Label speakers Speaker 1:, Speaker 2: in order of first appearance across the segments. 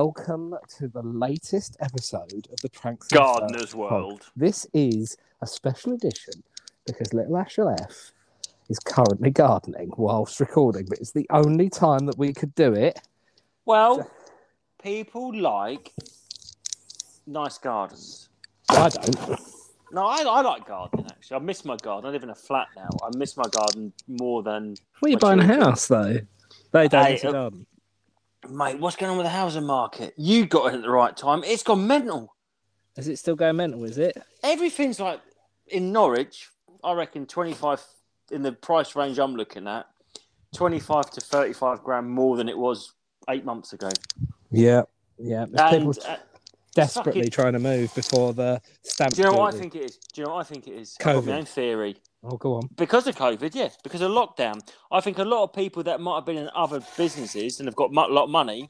Speaker 1: Welcome to the latest episode of the Pranks and
Speaker 2: Gardener's
Speaker 1: Stuff pod.
Speaker 2: World.
Speaker 1: This is a special edition because Little Asher F is currently gardening whilst recording, but it's the only time that we could do it.
Speaker 2: Well, people like nice gardens.
Speaker 1: I don't.
Speaker 2: No, I, I like gardening actually. I miss my garden. I live in a flat now. I miss my garden more than
Speaker 1: Well,
Speaker 2: you're buying a house,
Speaker 1: though. They
Speaker 2: don't need to
Speaker 1: garden.
Speaker 2: mate. What's going on with the housing market? You got in at the right time. It's gone mental.
Speaker 1: Is it still going mental? Is it?
Speaker 2: Everything's like in Norwich. I reckon twenty five in the price range I'm looking at, twenty five to thirty five grand more than it was eight months ago.
Speaker 1: Yeah. Yeah. There's
Speaker 2: And,
Speaker 1: people
Speaker 2: uh,
Speaker 1: desperately
Speaker 2: fucking-
Speaker 1: trying to move before the stamp.
Speaker 2: do you know what I
Speaker 1: duty.
Speaker 2: think it is? Do you know what I think it is? I've got
Speaker 1: COVID.
Speaker 2: my own theory.
Speaker 1: Oh, go on.
Speaker 2: Because of COVID, yeah, because of lockdown. I think a lot of people that might have been in other businesses and have got a lot of money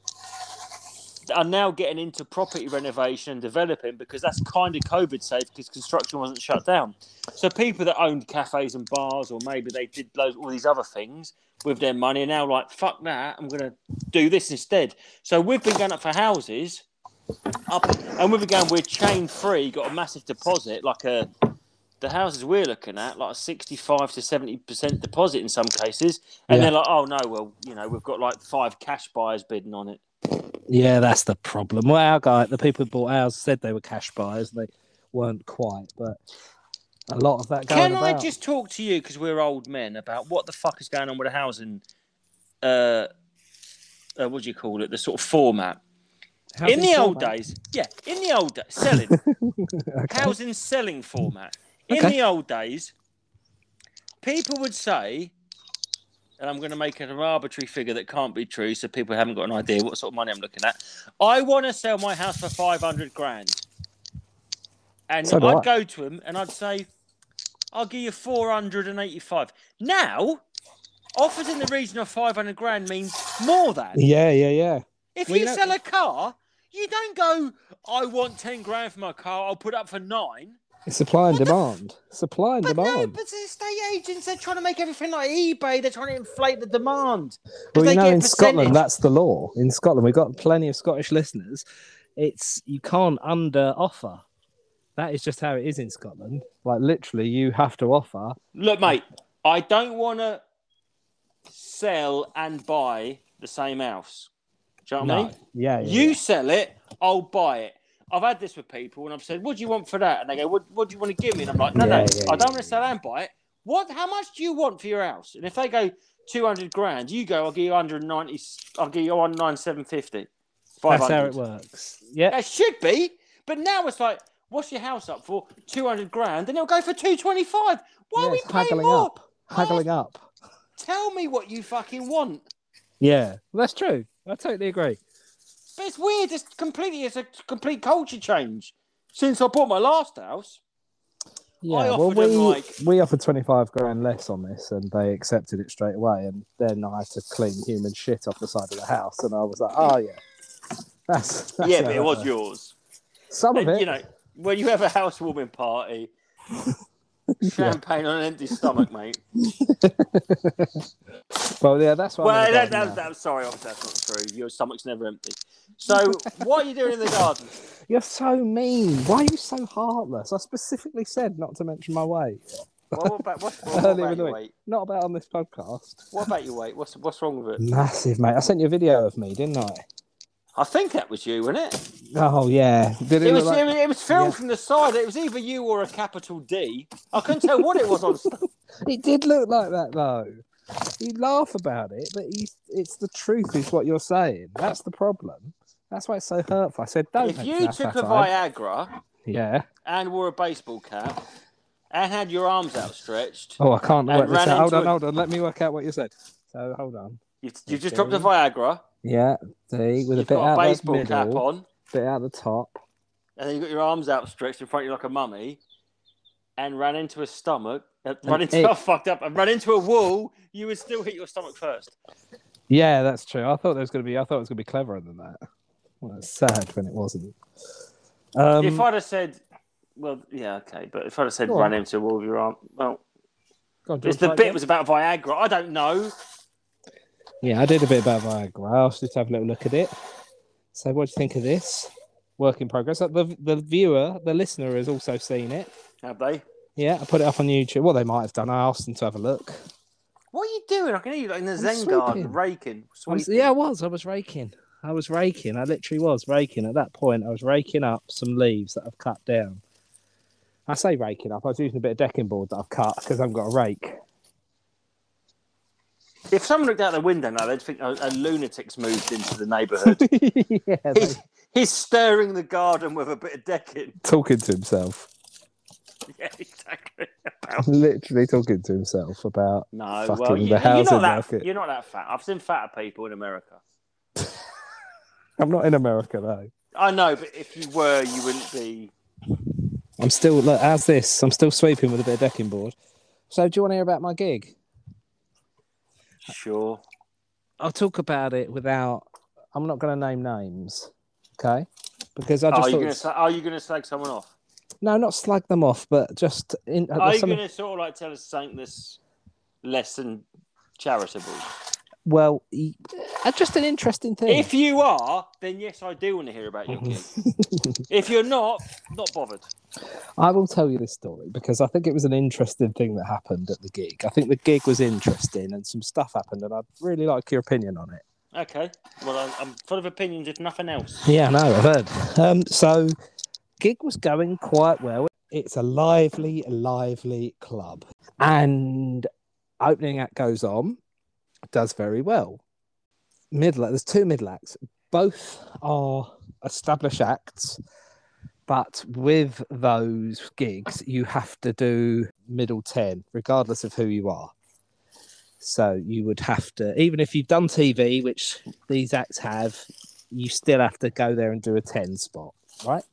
Speaker 2: are now getting into property renovation and developing because that's kind of COVID safe because construction wasn't shut down. So people that owned cafes and bars or maybe they did loads, all these other things with their money are now like, fuck that, I'm going to do this instead. So we've been going up for houses up and we've been going, we're chain free, got a massive deposit, like a the houses we're looking at, like a 65 to 70% deposit in some cases. And
Speaker 1: Yeah.
Speaker 2: they're like, oh, no, well, you know, we've got like five cash buyers bidding on it.
Speaker 1: Yeah, that's the problem. Well, our guy, the people who bought ours said they were cash buyers and they weren't quite, but a lot of that going
Speaker 2: Can I
Speaker 1: about.
Speaker 2: just talk to you, because we're old men, about what the fuck is going on with the housing? Uh, uh, what do you call it? The sort of format.
Speaker 1: How's
Speaker 2: in
Speaker 1: it
Speaker 2: the
Speaker 1: feel,
Speaker 2: old
Speaker 1: mate?
Speaker 2: days, yeah, in the old days, selling.
Speaker 1: Okay.
Speaker 2: housing selling format. In
Speaker 1: Okay.
Speaker 2: the old days, people would say, and I'm going to make an arbitrary figure that can't be true, so people haven't got an idea what sort of money I'm looking at. I want to sell my house for 500 grand. And
Speaker 1: So do I.
Speaker 2: I'd go to him and I'd say, I'll give you 485. Now, offers in the region of 500 grand means more than.
Speaker 1: Yeah, yeah, yeah.
Speaker 2: If
Speaker 1: Well,
Speaker 2: you
Speaker 1: you know-
Speaker 2: sell a car, you don't go, I want 10 grand for my car, I'll put up for nine.
Speaker 1: It's supply and
Speaker 2: What the f-
Speaker 1: demand. Supply and
Speaker 2: But no,
Speaker 1: demand.
Speaker 2: but the estate agents, they're trying to make everything like eBay, they're trying to inflate the demand. 'Cause
Speaker 1: well,
Speaker 2: they
Speaker 1: you know,
Speaker 2: get
Speaker 1: in Scotland,
Speaker 2: percentage.
Speaker 1: that's the law. In Scotland, we've got plenty of Scottish listeners. It's you can't under offer. That is just how it is in Scotland. Like literally, you have to offer.
Speaker 2: Look, mate, I don't want to sell and buy the same house. Do you know what I mean?
Speaker 1: Yeah, yeah.
Speaker 2: You
Speaker 1: yeah.
Speaker 2: sell it, I'll buy it. I've had this with people, and I've said, "What do you want for that?" And they go, "What, what do you want to give me?" And I'm like, "No, no,
Speaker 1: Yeah, yeah,
Speaker 2: I don't
Speaker 1: yeah,
Speaker 2: want to sell and buy it. What? How much do you want for your house?" And if they go two hundred grand, you go, "I'll give you 190. I'll give you one nine seven fifty.
Speaker 1: That's how it works. Yeah,
Speaker 2: That should be, but now it's like, "What's your house up for? Two hundred grand?" And it'll go for two twenty five. Why
Speaker 1: Yeah,
Speaker 2: are we
Speaker 1: it's
Speaker 2: paying
Speaker 1: haggling
Speaker 2: more?
Speaker 1: up. haggling up.
Speaker 2: Tell me what you fucking want.
Speaker 1: Yeah, that's true. I totally agree.
Speaker 2: But it's weird. It's completely. It's a complete culture change since I bought my last house.
Speaker 1: Yeah,
Speaker 2: I
Speaker 1: well,
Speaker 2: offered 'em,
Speaker 1: we,
Speaker 2: like-
Speaker 1: we offered 25 grand less on this and they accepted it straight away. And then I had to clean human shit off the side of the house. And I was like, oh, yeah. That's, that's
Speaker 2: yeah,
Speaker 1: how
Speaker 2: but it
Speaker 1: that
Speaker 2: was
Speaker 1: works."
Speaker 2: yours.
Speaker 1: Some of
Speaker 2: And,
Speaker 1: it.
Speaker 2: you know, when you have a housewarming party, champagne on an empty stomach, mate.
Speaker 1: well, yeah, that's why. I'm
Speaker 2: well,
Speaker 1: in the
Speaker 2: that,
Speaker 1: garden
Speaker 2: that, that, sorry, obviously that's not true. Your stomach's never empty. So, what are you doing in the garden?
Speaker 1: now. You're so mean. Why are you so heartless? I specifically said not to mention my weight.
Speaker 2: Well, what about, what's, what,
Speaker 1: Early in
Speaker 2: about
Speaker 1: the
Speaker 2: your
Speaker 1: week.
Speaker 2: weight?
Speaker 1: Not about on this podcast.
Speaker 2: What about your weight? What's what's wrong with it?
Speaker 1: Massive, mate. I sent you a video of me, didn't I?
Speaker 2: I think that was you, wasn't it?
Speaker 1: Oh, yeah. Did it,
Speaker 2: It was,
Speaker 1: look like-
Speaker 2: it was it was filmed
Speaker 1: Yeah.
Speaker 2: from the side. It was either you or a capital D. I couldn't tell what it was on.
Speaker 1: It did look like that though. You laugh about it, but you, it's the truth is what you're saying. That's the problem. That's why it's so hurtful. I said, don't.
Speaker 2: if
Speaker 1: mention
Speaker 2: you
Speaker 1: that
Speaker 2: took a
Speaker 1: fat eye.
Speaker 2: Viagra
Speaker 1: yeah.
Speaker 2: and wore a baseball cap and had your arms outstretched,
Speaker 1: Oh, I can't
Speaker 2: And
Speaker 1: work this
Speaker 2: ran
Speaker 1: out. Hold
Speaker 2: into
Speaker 1: on,
Speaker 2: a-
Speaker 1: hold on. Let me work out what you said. So hold on.
Speaker 2: You, you just
Speaker 1: Okay.
Speaker 2: dropped the Viagra.
Speaker 1: Yeah, D with a
Speaker 2: You've
Speaker 1: bit
Speaker 2: got
Speaker 1: out
Speaker 2: a
Speaker 1: the
Speaker 2: baseball
Speaker 1: middle,
Speaker 2: cap on,
Speaker 1: bit out the top.
Speaker 2: and then you've got your arms outstretched in front of you like a mummy, and ran into a stomach. Uh,
Speaker 1: An
Speaker 2: run into
Speaker 1: ape.
Speaker 2: oh, fucked up. And ran into a wall. You would still hit your stomach first.
Speaker 1: Yeah, that's true. I thought there was gonna be. I thought it was gonna be cleverer than that. Well, that's sad when it wasn't. Um,
Speaker 2: if I'd have said, well, yeah, okay, but if I'd have said
Speaker 1: Go
Speaker 2: run
Speaker 1: on.
Speaker 2: into a wall with your arm, well,
Speaker 1: Go on, do you want to
Speaker 2: it's the
Speaker 1: try
Speaker 2: bit
Speaker 1: again?
Speaker 2: was about Viagra. I don't know.
Speaker 1: Yeah, I did a bit about Viagra. I'll just have a little look at it. So, what do you think of this work in progress? Uh, The the viewer, the listener, has also seen it.
Speaker 2: Have they?
Speaker 1: Yeah, I put it up on YouTube. Well, they might have done. I asked them to have a look.
Speaker 2: What are you doing? I can hear you like, in the Zen
Speaker 1: sweeping.
Speaker 2: garden raking.
Speaker 1: I was-
Speaker 2: sweeping.
Speaker 1: yeah, I was. I was raking. I was raking. I literally was raking. At that point, I was raking up some leaves that I've cut down. I say raking up. I was using a bit of decking board that I've cut because I've got a rake.
Speaker 2: If someone looked out the window now, they'd think a, a lunatic's moved into the neighbourhood.
Speaker 1: yeah, they-
Speaker 2: he's, he's stirring the garden with a bit of decking.
Speaker 1: talking to himself.
Speaker 2: Yeah, exactly.
Speaker 1: Literally talking to himself about.
Speaker 2: No,
Speaker 1: Fucking
Speaker 2: well, you,
Speaker 1: the
Speaker 2: are
Speaker 1: housing
Speaker 2: not that.
Speaker 1: market.
Speaker 2: You're not that fat. I've seen fatter people in America.
Speaker 1: I'm not in America though.
Speaker 2: I know, but if you were, you wouldn't be.
Speaker 1: I'm still look. How's this? I'm still sweeping with a bit of decking board. So, do you want to hear about my gig?
Speaker 2: Sure.
Speaker 1: I'll talk about it without. I'm not going to name names, okay? Because I just
Speaker 2: are you
Speaker 1: thought
Speaker 2: going to are you going to slag someone off?
Speaker 1: no, not slag them off, but just in. uh,
Speaker 2: Are you
Speaker 1: some-
Speaker 2: going to sort of like tell us something that's less than charitable?
Speaker 1: Well, y- uh, just an interesting thing.
Speaker 2: If you are, then yes, I do want to hear about your gig. if you're not, not bothered.
Speaker 1: I will tell you this story because I think it was an interesting thing that happened at the gig. I think the gig was interesting and some stuff happened, and I'd really like your opinion on it.
Speaker 2: Okay. Well, I'm, I'm full of opinions, if nothing else.
Speaker 1: Yeah, no, I've heard. Um, so, gig was going quite well. It's a lively, lively club, and opening act goes on, does very well. Middle, act- there's two middle acts. Both are established acts, but with those gigs, you have to do middle ten, regardless of who you are. So you would have to, even if you've done TV, which these acts have, you still have to go there and do a 10 spot, right?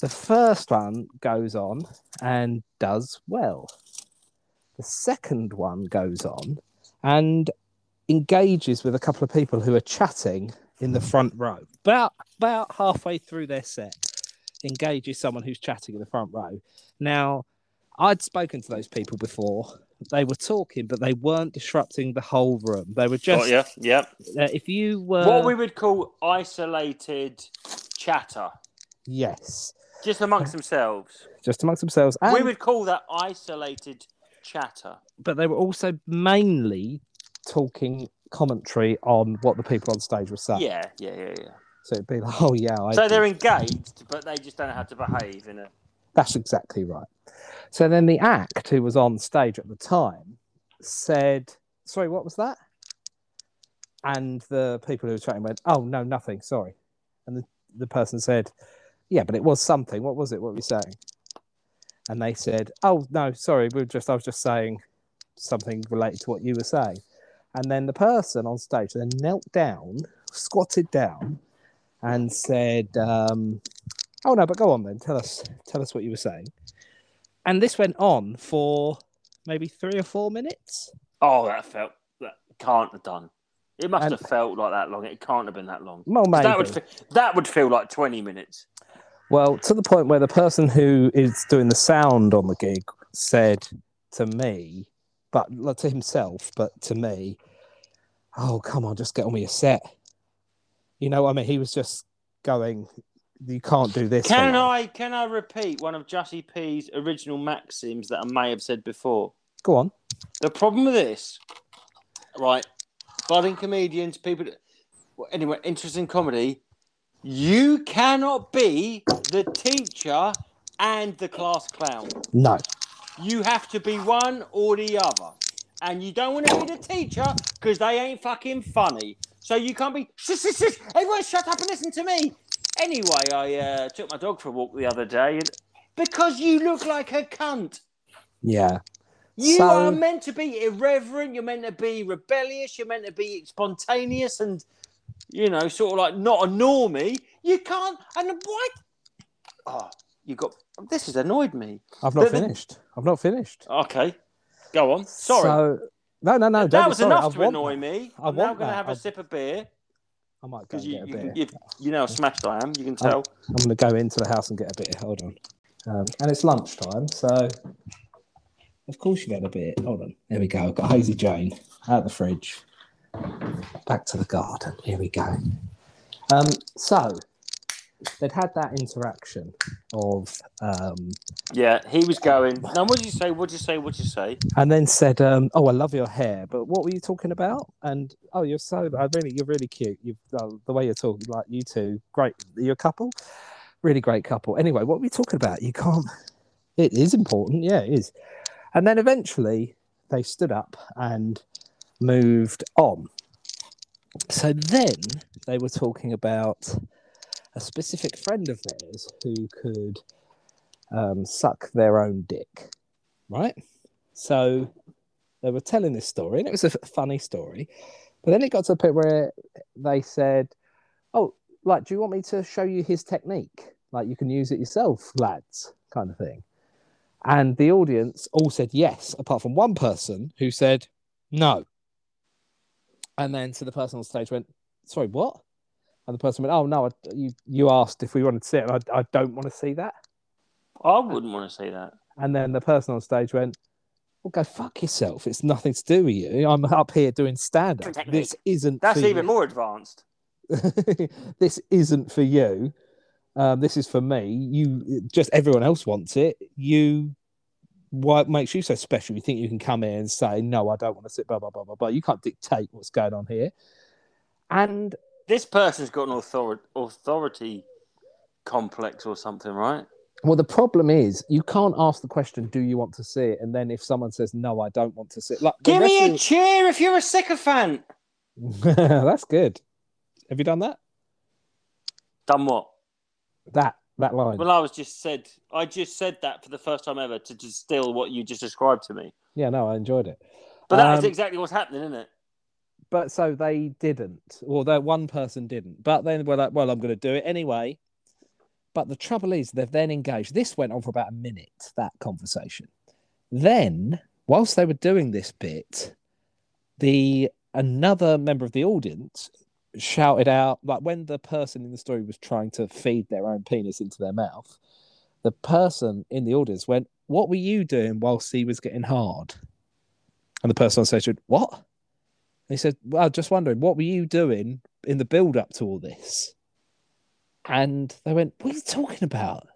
Speaker 1: The first one goes on and does well. The second one goes on and engages with a couple of people who are chatting in the front row. About about halfway through their set, engages someone who's chatting in the front row. Now, I'd spoken to those people before. They were talking, but they weren't disrupting the whole room. They were just
Speaker 2: yeah. Yeah.
Speaker 1: uh, if you were
Speaker 2: what we would call isolated chatter,
Speaker 1: yes,
Speaker 2: just amongst themselves.
Speaker 1: just amongst themselves. Uh, And,
Speaker 2: we would call that isolated chatter.
Speaker 1: But they were also mainly talking commentary on what the people on stage were saying.
Speaker 2: Yeah, yeah, yeah, yeah.
Speaker 1: So it'd be like, oh yeah, I
Speaker 2: So
Speaker 1: did
Speaker 2: they're engaged, but they just don't know how to behave in a.
Speaker 1: That's exactly right. So then the act who was on stage at the time said, Sorry, what was that? And the people who were chatting went, Oh, no, nothing, sorry. And the, the person said, Yeah, but it was something. What was it? What were you saying? And they said, Oh, no, sorry, we were just, I was just saying something related to what you were saying. And then the person on stage then knelt down, squatted down, and said, um, Oh no, but go on then. Tell us, tell us what you were saying. And this went on for maybe three or four minutes.
Speaker 2: Oh, that felt that can't have done. It must
Speaker 1: And-
Speaker 2: have felt like that long. It can't have been that long.
Speaker 1: Well, maybe.
Speaker 2: That would fe- that would feel like twenty minutes.
Speaker 1: Well, to the point where the person who is doing the sound on the gig said to me, but not to himself, but to me, "Oh, come on, just get on with your set." You know, what I mean, he was just going, "You can't do this." for
Speaker 2: Can
Speaker 1: long."
Speaker 2: I can I repeat one of Jussie P's original maxims that I may have said before?
Speaker 1: Go on.
Speaker 2: The problem with this, right? Budding comedians, people. well, Anyway, interest in comedy. You cannot be the teacher and the class clown.
Speaker 1: No.
Speaker 2: You have to be one or the other. And you don't want to be the teacher because they ain't fucking funny. So you can't be, shush, shush, shush. everyone shut up and listen to me. Anyway, I uh, took my dog for a walk the other day and because you look like a cunt.
Speaker 1: Yeah.
Speaker 2: You
Speaker 1: So-
Speaker 2: are meant to be irreverent. You're meant to be rebellious. You're meant to be spontaneous and, you know, sort of like not a normie. You can't. And why? Oh, you got. This has annoyed me.
Speaker 1: I've not
Speaker 2: The- the-
Speaker 1: finished. I've not finished.
Speaker 2: Okay, go on. Sorry.
Speaker 1: So, no, no, no. don't
Speaker 2: that
Speaker 1: be
Speaker 2: was
Speaker 1: sorry.
Speaker 2: enough
Speaker 1: I
Speaker 2: to
Speaker 1: want
Speaker 2: annoy
Speaker 1: that.
Speaker 2: me.
Speaker 1: I
Speaker 2: I'm now
Speaker 1: want
Speaker 2: going to
Speaker 1: that.
Speaker 2: have a
Speaker 1: I-
Speaker 2: sip of beer
Speaker 1: I might go
Speaker 2: because
Speaker 1: and get
Speaker 2: you,
Speaker 1: a
Speaker 2: you,
Speaker 1: beer.
Speaker 2: can- you, you know how smashed I am. You can tell.
Speaker 1: I'm going to go into the house and get a beer. Hold on. Um, and it's lunchtime, so of course you get a beer. Hold on. There we go. I've got Hazy Jane out of the fridge. Back to the garden. Here we go. Um, so they'd had that interaction of, um,
Speaker 2: Yeah, he was going. Now, what did you say? What did you say? What did you say?
Speaker 1: and then said, um, "Oh, I love your hair, but what were you talking about?" And oh, you're so, I really, you're really cute. You, oh, the way you're talking, like you two, great. You're a couple, really great couple. Anyway, what were we talking about? You can't. It is important, yeah, it is. And then eventually they stood up and moved on. So then they were talking about a specific friend of theirs who could um, suck their own dick, right? So they were telling this story, and it was a f- funny story. But then it got to a point where they said, "Oh, like, do you want me to show you his technique? Like, you can use it yourself, lads," kind of thing. And the audience all said yes, apart from one person who said no. And then so the person on stage went, "Sorry, what?" And the person went, "Oh no, I, you you asked if we wanted to see it. And I, I don't want to see that."
Speaker 2: I wouldn't want to say that.
Speaker 1: And then the person on stage went, Well, go fuck yourself. It's nothing to do with you. I'm up here doing stand up.
Speaker 2: Technique.
Speaker 1: This isn't
Speaker 2: That's
Speaker 1: for
Speaker 2: even
Speaker 1: you.
Speaker 2: more advanced.
Speaker 1: this isn't for you. Um, this is for me. You just everyone else wants it. You what makes you so special? You think you can come here and say, No, I don't want to sit, blah, blah, blah, blah, blah. You can't dictate what's going on here. And
Speaker 2: This person's got an authority authority complex or something, right?
Speaker 1: Well, the problem is you can't ask the question, "Do you want to see it?" And then if someone says, "No, I don't want to see it," like the
Speaker 2: Give
Speaker 1: rest
Speaker 2: me a
Speaker 1: of-
Speaker 2: cheer if you're a sycophant.
Speaker 1: That's good. Have you done that?
Speaker 2: Done what?
Speaker 1: That that line.
Speaker 2: Well, I was just said. I just said that for the first time ever to distill what you just described to me.
Speaker 1: yeah, no, I enjoyed it.
Speaker 2: But that is
Speaker 1: Um,
Speaker 2: exactly what's happening, isn't it?
Speaker 1: But so they didn't, or that one person didn't. But then we're like, well, I'm going to do it anyway. But the trouble is, they've then engaged. This went on for about a minute. That conversation. Then, whilst they were doing this bit, the another member of the audience shouted out like when the person in the story was trying to feed their own penis into their mouth the person in the audience went what were you doing whilst he was getting hard and the person on stage said what and he said well I'm just wondering what were you doing in the build up to all this and they went what are you talking about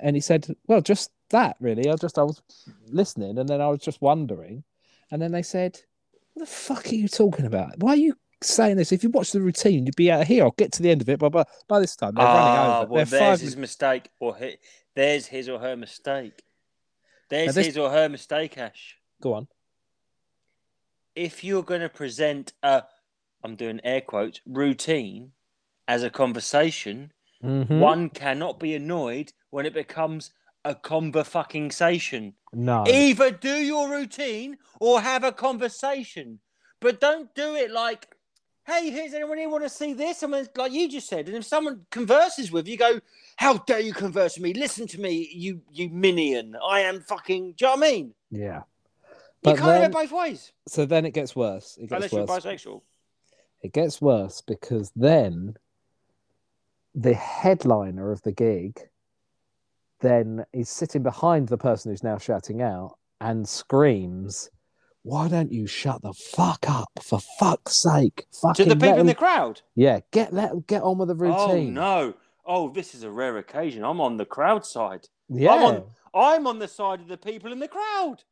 Speaker 1: and he said well just that really i just i was listening and then i was just wondering and then they said what the fuck are you talking about? Why are you saying this? If you watch the routine, you'd be out of here. I'll get to the end of it. But by, by this time, they're running
Speaker 2: Ah,
Speaker 1: over.
Speaker 2: well,
Speaker 1: they're five
Speaker 2: there's his mistake, or hi there's his or her mistake. There's
Speaker 1: this-
Speaker 2: his or her mistake, Ash.
Speaker 1: min- Go on.
Speaker 2: If you're going to present a, I'm doing air quotes, routine as a conversation,
Speaker 1: Hmm?
Speaker 2: one cannot be annoyed when it becomes a conver fucking sation.
Speaker 1: No.
Speaker 2: Either do your routine or have a conversation, but don't do it like, "Hey, here's anyone here want to see this?" I mean, like you just said, and if someone converses with you, go, "How dare you converse with me? Listen to me, you you minion! I am fucking." Do you know what I mean?
Speaker 1: yeah.
Speaker 2: you
Speaker 1: But
Speaker 2: can't have
Speaker 1: then,
Speaker 2: it both ways
Speaker 1: so then it gets worse. It gets
Speaker 2: unless you're
Speaker 1: worse.
Speaker 2: bisexual.
Speaker 1: It gets worse because then the headliner of the gig then is sitting behind the person who's now shouting out and screams, "Why don't you shut the fuck up for fuck's sake?
Speaker 2: To
Speaker 1: Fucking
Speaker 2: the people
Speaker 1: let
Speaker 2: in the
Speaker 1: him-
Speaker 2: crowd.
Speaker 1: yeah, get let 'em get on with the routine."
Speaker 2: Oh no! Oh, this is a rare occasion. I'm on the crowd side.
Speaker 1: Yeah.
Speaker 2: on- I'm on the side of the people in the crowd.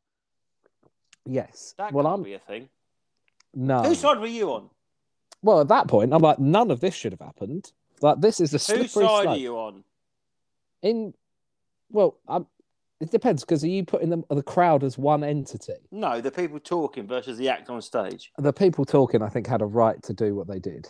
Speaker 1: Yes.
Speaker 2: That
Speaker 1: well,
Speaker 2: can't
Speaker 1: I'm
Speaker 2: be a thing.
Speaker 1: no.
Speaker 2: Whose side were you on?
Speaker 1: Well, at that point, I'm like, none of this should have happened. Like, this is a slippery
Speaker 2: Whose side are
Speaker 1: slope.
Speaker 2: you on?
Speaker 1: In well, um, it depends because are you putting the, the crowd as one entity?
Speaker 2: No, the people talking versus the act on stage.
Speaker 1: The people talking, I think, had a right to do what they did.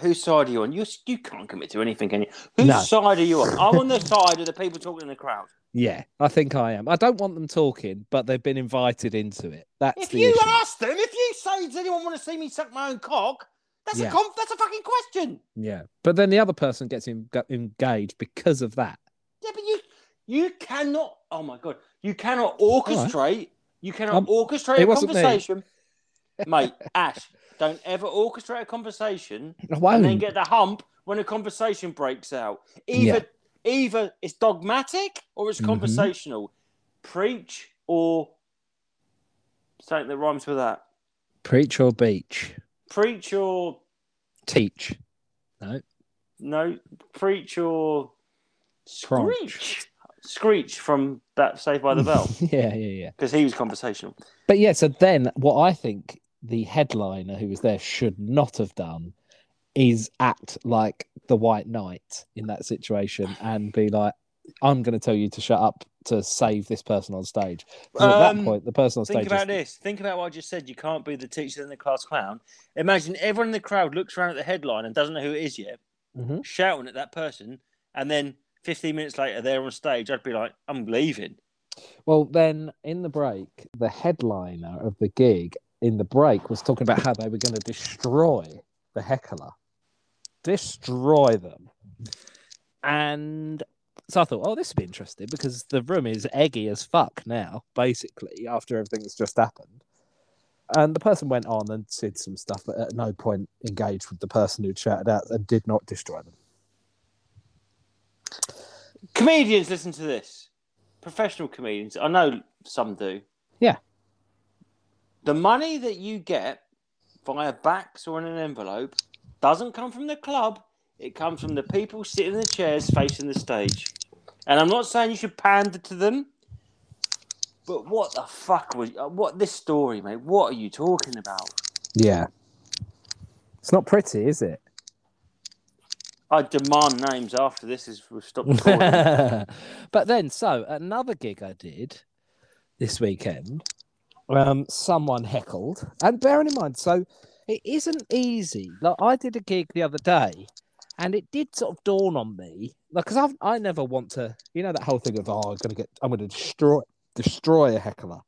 Speaker 2: Whose side are you on? You you can't commit to anything, can you? Whose
Speaker 1: No.
Speaker 2: side are you on? I'm on the side of the people talking in the crowd.
Speaker 1: Yeah, I think I am. I don't want them talking, but they've been invited into it. That's
Speaker 2: If
Speaker 1: the
Speaker 2: you
Speaker 1: issue.
Speaker 2: ask them, if you say, "Does anyone want to see me suck my own cock?" That's
Speaker 1: Yeah.
Speaker 2: a com- that's a fucking question.
Speaker 1: Yeah, but then the other person gets en- engaged because of that.
Speaker 2: Yeah, but you you cannot. Oh my god, you cannot orchestrate. You cannot
Speaker 1: Um,
Speaker 2: orchestrate
Speaker 1: it
Speaker 2: a
Speaker 1: wasn't me.
Speaker 2: conversation, mate. Ash, don't ever orchestrate a conversation
Speaker 1: Why?
Speaker 2: and then get the hump when a conversation breaks out. Either either it's dogmatic or it's
Speaker 1: Mhm.
Speaker 2: conversational. Preach or something that rhymes with that.
Speaker 1: Preach or beach?
Speaker 2: Preach or
Speaker 1: Teach. No.
Speaker 2: No, preach or
Speaker 1: Crunch.
Speaker 2: screech, screech from that Saved by the Bell
Speaker 1: yeah, yeah, yeah.
Speaker 2: because he was conversational.
Speaker 1: But yeah, so then what I think the headliner who was there should not have done is act like the White Knight in that situation and be like, I'm going to tell you to shut up to save this person on stage. 'Cause at that
Speaker 2: Um,
Speaker 1: point, the person on
Speaker 2: Think
Speaker 1: stage
Speaker 2: about
Speaker 1: is,
Speaker 2: this. Think about what I just said. You can't be the teacher and the class clown. Imagine everyone in the crowd looks around at the headline and doesn't know who it is yet,
Speaker 1: Mhm.
Speaker 2: shouting at that person, and then 15 minutes later they're on stage. I'd be like, I'm leaving.
Speaker 1: Well, then in the break, the headliner of the gig in the break was talking about how they were going to destroy the heckler, destroy them. And so I thought, oh, this would be interesting because the room is eggy as fuck now, basically, after everything that's just happened. And the person went on and said some stuff, but at no point engaged with the person who'd shouted out and did not destroy them.
Speaker 2: Comedians listen to this. Professional comedians. I know some do.
Speaker 1: Yeah.
Speaker 2: The money that you get via backs or in an envelope doesn't come from the club. It comes from the people sitting in the chairs facing the stage. And I'm not saying you should pander to them. But what the fuck was uh, what this story, mate? What are you talking about?
Speaker 1: Yeah. It's not pretty, is it?
Speaker 2: I demand names after this is we've stopped recording.
Speaker 1: but then, so another gig I did this weekend, um, someone heckled, and bearing in mind, so it isn't easy. Like I did a gig the other day, and it did sort of dawn on me, like because I I never want to, you know, that whole thing of oh, I'm gonna get, I'm gonna destroy destroy a heckler.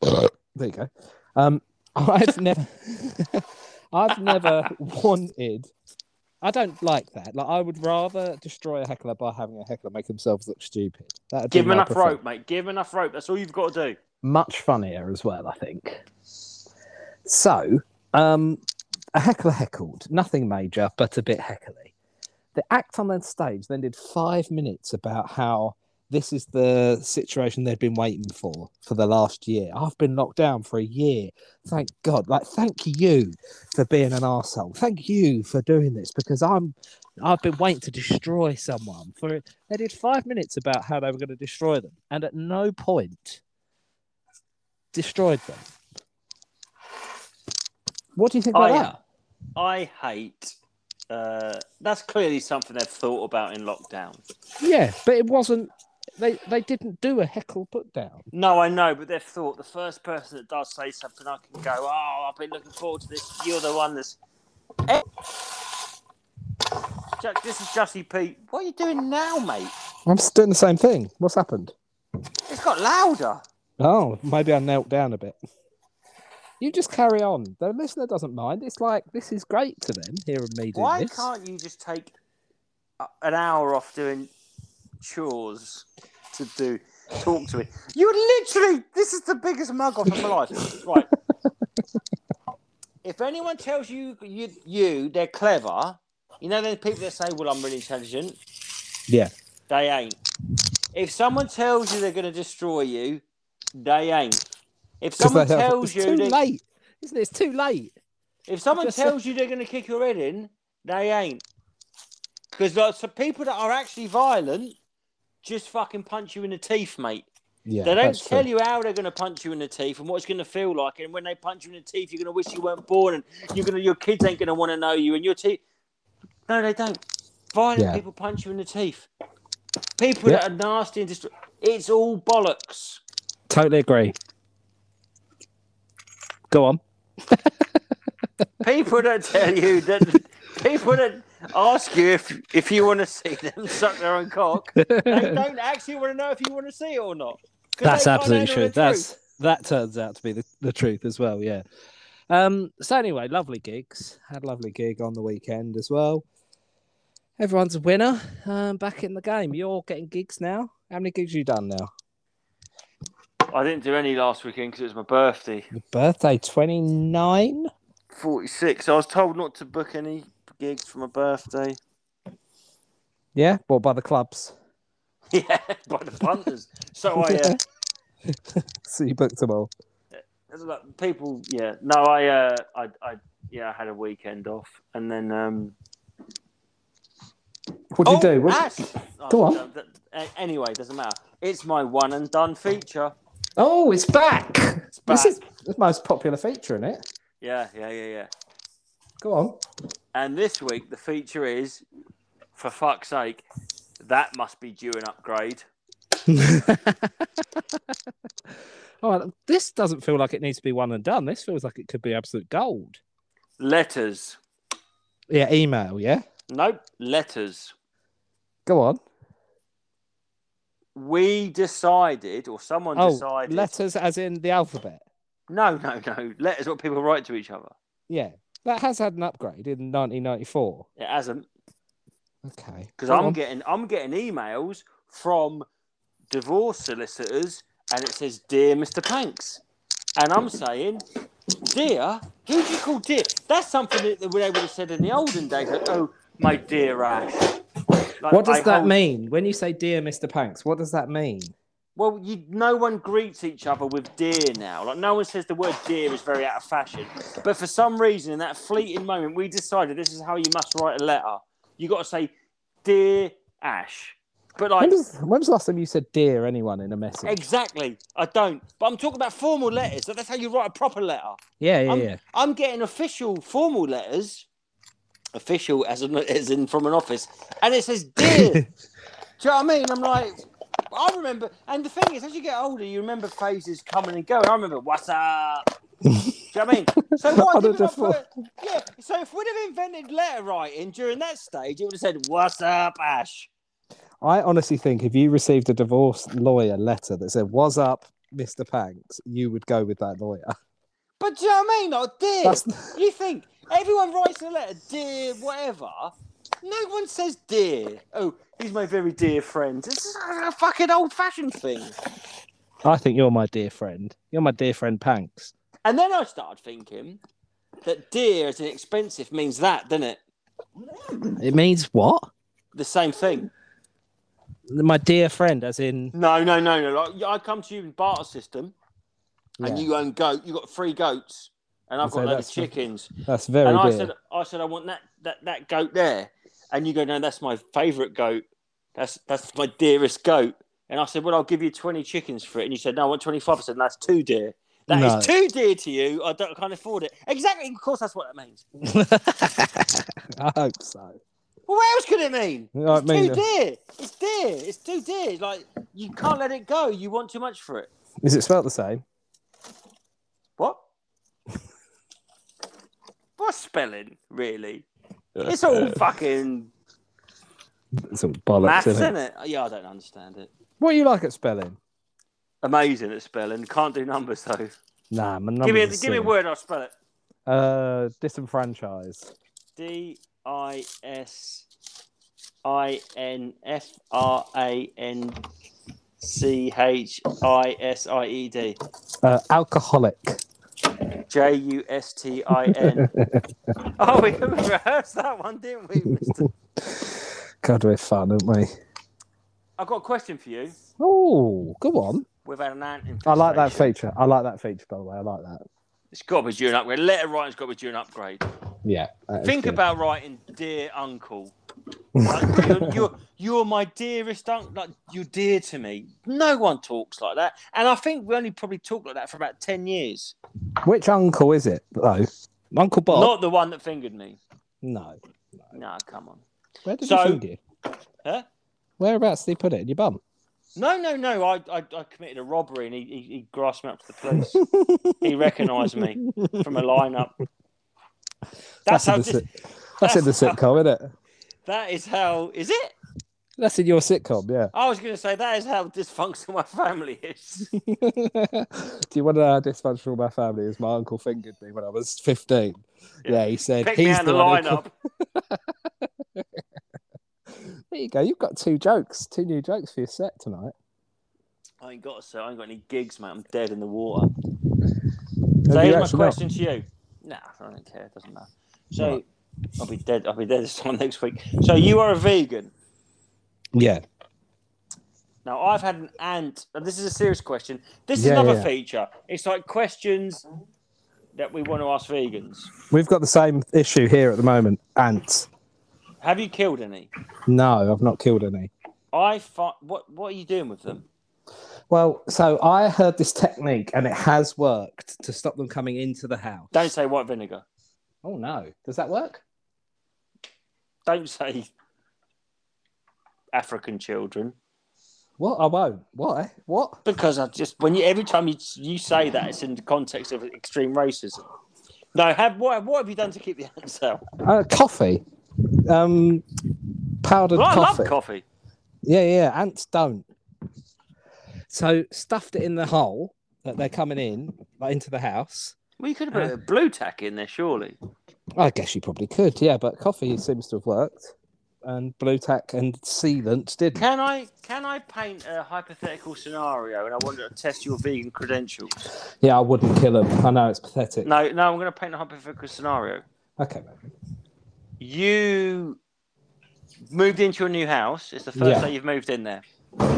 Speaker 1: there you go. Um, I've never, I've never wanted I don't like that. Like, I would rather destroy a heckler by having a heckler make themselves look stupid. That'd
Speaker 2: Give
Speaker 1: be
Speaker 2: them
Speaker 1: my
Speaker 2: enough
Speaker 1: prefer-
Speaker 2: rope, mate. Give them enough rope. That's all you've got to do.
Speaker 1: Much funnier as well, I think. So, um, a heckler heckled. Nothing major, but a bit heckly. The act on that stage then did five minutes about how this is the situation they've been waiting for for the last year. I've been locked down for a year. Thank God. Like, thank you for being an asshole. Thank you for doing this because I'm, I've been waiting to destroy someone for it. They did five minutes about how they were going to destroy them, and at no point destroyed them. What do you think about
Speaker 2: I-
Speaker 1: that?
Speaker 2: I hate. Uh, that's clearly something they've thought about in lockdown.
Speaker 1: Yeah, but it wasn't. They they didn't do a heckle put down.
Speaker 2: No, I know, but they've thought the first person that does say something, I can go, "Oh, I've been looking forward to this." You're the one that's. Eh. Jack, this is Jussie Pete. What are you doing now, mate?
Speaker 1: I'm just doing the same thing. What's happened?
Speaker 2: It's got louder.
Speaker 1: Oh, maybe I knelt down a bit. You just carry on. The listener doesn't mind. It's like this is great to them hearing me do
Speaker 2: Why
Speaker 1: this.
Speaker 2: can't you just take a- an hour off doing chores to do talk to it? You're literally this is the biggest mug off of my life. Right. if anyone tells you, you you they're clever, you know there's people that say, Well, I'm really intelligent.
Speaker 1: Yeah.
Speaker 2: They ain't. If someone tells you they're gonna destroy you, they ain't. If
Speaker 1: 'Cause
Speaker 2: someone
Speaker 1: they don't-
Speaker 2: tells
Speaker 1: it's too
Speaker 2: you they-
Speaker 1: late, isn't it? It's too late.
Speaker 2: if someone
Speaker 1: Just say-
Speaker 2: tells you they're going to kick your head in, they ain't. Because lots of people that are actually violent just fucking punch you in the teeth, mate.
Speaker 1: Yeah,
Speaker 2: they don't tell you how they're going to punch you in the teeth and what it's going to feel like. And when they punch you in the teeth, you're going to wish you weren't born, and you're going to your kids ain't going to want to know you. And your teeth, no, they don't. Violent
Speaker 1: Yeah.
Speaker 2: people punch you in the teeth. People
Speaker 1: Yep.
Speaker 2: that are nasty and destructive. It's all bollocks.
Speaker 1: Totally agree. Go on.
Speaker 2: People that tell you that people that ask you if if you want to see them suck their own cock, they don't actually want to know if you want to see it or not. 'Cause
Speaker 1: That's
Speaker 2: they can't
Speaker 1: absolutely
Speaker 2: handle
Speaker 1: true.
Speaker 2: the
Speaker 1: That's
Speaker 2: truth.
Speaker 1: that turns out to be the, the truth as well. Yeah. Um. So anyway, lovely gigs. Had a lovely gig on the weekend as well. Everyone's a winner. Um, back in the game. You're getting gigs now. How many gigs you done now?
Speaker 2: I didn't do any last weekend because it was my birthday.
Speaker 1: Your birthday twenty nine.
Speaker 2: Forty six. I was told not to book any gigs for my birthday.
Speaker 1: Yeah, bought by the clubs.
Speaker 2: Yeah, by the punters. So I. Uh,
Speaker 1: so you booked them all.
Speaker 2: There's a lot- people yeah no i uh I, I yeah i had a weekend off and then um
Speaker 3: What do you do? What-
Speaker 2: Ash! Oh,
Speaker 3: Go on.
Speaker 2: th- th- th- anyway, doesn't matter. It's my one and done feature.
Speaker 3: Oh, it's back.
Speaker 2: back.
Speaker 3: This is the most popular feature in it.
Speaker 2: Yeah, yeah, yeah, yeah.
Speaker 3: Go on.
Speaker 2: And this week the feature is, for fuck's sake, that must be due an upgrade.
Speaker 1: oh, this doesn't feel like it needs to be one and done. This feels like it could be absolute gold.
Speaker 2: Letters.
Speaker 1: Yeah, email. Yeah,
Speaker 2: Nope. Letters.
Speaker 3: Go on.
Speaker 2: We decided, or someone
Speaker 1: oh,
Speaker 2: decided.
Speaker 1: letters as in the alphabet.
Speaker 2: No, no, no. Letters what people write to each other.
Speaker 1: Yeah, that has had an upgrade in 1994.
Speaker 2: It hasn't.
Speaker 1: Okay,
Speaker 2: because
Speaker 1: Go
Speaker 2: I'm
Speaker 1: on.
Speaker 2: getting I'm getting emails from divorce solicitors, and it says, "Dear Mr. Panks," and I'm saying, "Dear, who do you call dear?" That's something that they would they would have said in the olden days. Like, oh, my dear Ash. Like,
Speaker 1: What does
Speaker 2: I
Speaker 1: that
Speaker 2: hold-
Speaker 1: mean when you say "dear Mr. Panks"? What does that mean?
Speaker 2: Well, you, no one greets each other with dear now. Like no one says the word dear is very out of fashion. But for some reason, in that fleeting moment, we decided this is how you must write a letter. You got to say, "Dear Ash." But like
Speaker 1: When was, when was the last time you said "dear" anyone in a message?
Speaker 2: Exactly. I don't. But I'm talking about formal letters. So that's how you write a proper letter.
Speaker 1: yeah, yeah,
Speaker 2: I'm,
Speaker 1: yeah.
Speaker 2: I'm getting official formal letters, official as in, as in from an office, and it says dear. Do you know what I mean? I'm like, I remember. And the thing is, as you get older, you remember phases coming and going. I remember what's up. Do you know what I mean? So why
Speaker 3: Other
Speaker 2: did we not
Speaker 3: than
Speaker 2: put? Yeah. So if we'd have invented letter writing during that stage, it would have said "What's up, Ash?"
Speaker 1: I honestly think if you received a divorce lawyer letter that said "Was up, Mr. Panks," you would go with that lawyer.
Speaker 2: But do you know what I mean? Like, dear.
Speaker 1: That's
Speaker 2: You think everyone writes a letter, dear, whatever. No one says dear. Oh, he's my very dear friend. It's a fucking old fashioned thing.
Speaker 1: I think you're my dear friend. You're my dear friend Panks.
Speaker 2: And then I started thinking that dear as an expensive means that, doesn't it?
Speaker 1: It means what?
Speaker 2: The same thing.
Speaker 1: My dear friend, as in
Speaker 2: No, no, no, no. Like, I come to you in barter system and
Speaker 1: Yeah.
Speaker 2: you own goat. You got three goats and I've
Speaker 1: So
Speaker 2: got a load of
Speaker 1: that's the-
Speaker 2: chickens.
Speaker 1: that's very
Speaker 2: and I
Speaker 1: dear.
Speaker 2: said, I said, I want that, that, that goat there. And you go, no, that's my favourite goat. That's that's my dearest goat. And I said, well, I'll give you twenty chickens for it. And you said, no, I want twenty five. I said, that's too dear. That is
Speaker 1: No.
Speaker 2: too dear to you. I don't I can't afford it. Exactly. Of course, that's what that means.
Speaker 1: I hope so.
Speaker 2: Well, what else could it mean?
Speaker 1: Yeah, I
Speaker 2: it's
Speaker 1: mean,
Speaker 2: too
Speaker 1: uh,
Speaker 2: dear. It's dear. It's too dear. Like you can't let it go. You want too much for it.
Speaker 1: Is it spelt the same?
Speaker 2: What? What spelling, really? It's all fucking
Speaker 1: It's all bollocks,
Speaker 2: maths,
Speaker 1: isn't it?
Speaker 2: isn't it? Yeah, I don't understand it.
Speaker 1: What do you like at spelling?
Speaker 2: amazing at spelling. Can't do numbers though.
Speaker 1: Nah, my
Speaker 2: give me a,
Speaker 1: numbers
Speaker 2: give me a
Speaker 1: are
Speaker 2: word. I'll spell it.
Speaker 1: silly. Uh, disenfranchise.
Speaker 2: D I S I N F R A N C H I S I E D
Speaker 1: Uh, alcoholic.
Speaker 2: J U S T I N. Oh, we rehearsed that one, didn't we, Mister?
Speaker 1: God, we're fun, aren't we?
Speaker 2: I've got a question for you.
Speaker 1: Oh, go on.
Speaker 2: We've had an ant
Speaker 1: I like that
Speaker 2: infestation.
Speaker 1: feature. I like that feature, by the way. I like that.
Speaker 2: It's got to be due an upgrade. Letter writing's got to be due an upgrade.
Speaker 1: Yeah. that is
Speaker 2: Think
Speaker 1: good.
Speaker 2: about writing "Dear Uncle." Like, you're, you're, you're my dearest uncle. Like you're dear to me. No one talks like that, and I think we only probably talked like that for about ten years.
Speaker 1: which uncle is it though? Uncle Bob.
Speaker 2: Not the one that fingered me.
Speaker 1: No.
Speaker 2: No, come on.
Speaker 1: Where did
Speaker 2: So-
Speaker 1: he find you?
Speaker 2: Huh?
Speaker 1: Whereabouts did he put it in your bum?
Speaker 2: No, no, no. I, I, I committed a robbery, and he, he, he grasped me up to the police. he recognised me from a lineup. That's, how.
Speaker 1: in the,
Speaker 2: Dis-
Speaker 1: sit- that's in the sitcom, isn't it?
Speaker 2: that is how. Is it?
Speaker 1: That's in your sitcom, yeah.
Speaker 2: I was going to say that is how dysfunctional my family is.
Speaker 1: Do you want to know how dysfunctional my family is? My uncle fingered me when I was 15.
Speaker 2: Yeah.
Speaker 1: Yeah, he said,
Speaker 2: Pick me
Speaker 1: he's
Speaker 2: out of the
Speaker 1: one who-
Speaker 2: lineup.
Speaker 1: There you go. You've got two jokes, two new jokes for your set tonight.
Speaker 2: I ain't got so I ain't got any gigs, mate. I'm dead in the water.
Speaker 1: Have you
Speaker 2: So here's my
Speaker 1: actually not?
Speaker 2: question to you. Nah, I don't care. It doesn't matter. So
Speaker 1: Right.
Speaker 2: I'll be dead. I'll be dead this time next week. So you are a vegan.
Speaker 1: Yeah.
Speaker 2: Now I've had an ant. And this is a serious question. This is
Speaker 1: Yeah,
Speaker 2: another
Speaker 1: yeah.
Speaker 2: feature. It's like questions that we want to ask vegans.
Speaker 1: We've got the same issue here at the moment. Ants.
Speaker 2: Have you killed any?
Speaker 1: No, I've not killed any.
Speaker 2: I fi- what what are you doing with them?
Speaker 1: Well, so I heard this technique and it has worked to stop them coming into the house.
Speaker 2: Don't say white vinegar.
Speaker 1: Oh no, does that work?
Speaker 2: Don't say African children
Speaker 1: What? I won't. Why? What?
Speaker 2: because I just when you every time you you say that it's in the context of extreme racism. No, have what what have you done to keep the ants out?
Speaker 1: Uh, coffee. Um, powdered
Speaker 2: Well, Oh, I
Speaker 1: coffee.
Speaker 2: love coffee.
Speaker 1: Yeah, yeah. Ants don't. So stuffed it in the hole that they're coming in, like into the house.
Speaker 2: Well, you could have put a blue tack in there, surely.
Speaker 1: I guess you probably could, yeah. But coffee seems to have worked, and blue tack and sealant did.
Speaker 2: Can I can I paint a hypothetical scenario and I want to test your vegan credentials?
Speaker 1: Yeah, I wouldn't kill them. I know it's pathetic.
Speaker 2: No, no, I'm going to paint a hypothetical scenario.
Speaker 1: Okay, mate.
Speaker 2: You moved into a new house. It's the first
Speaker 1: Yeah.
Speaker 2: day you've moved in there.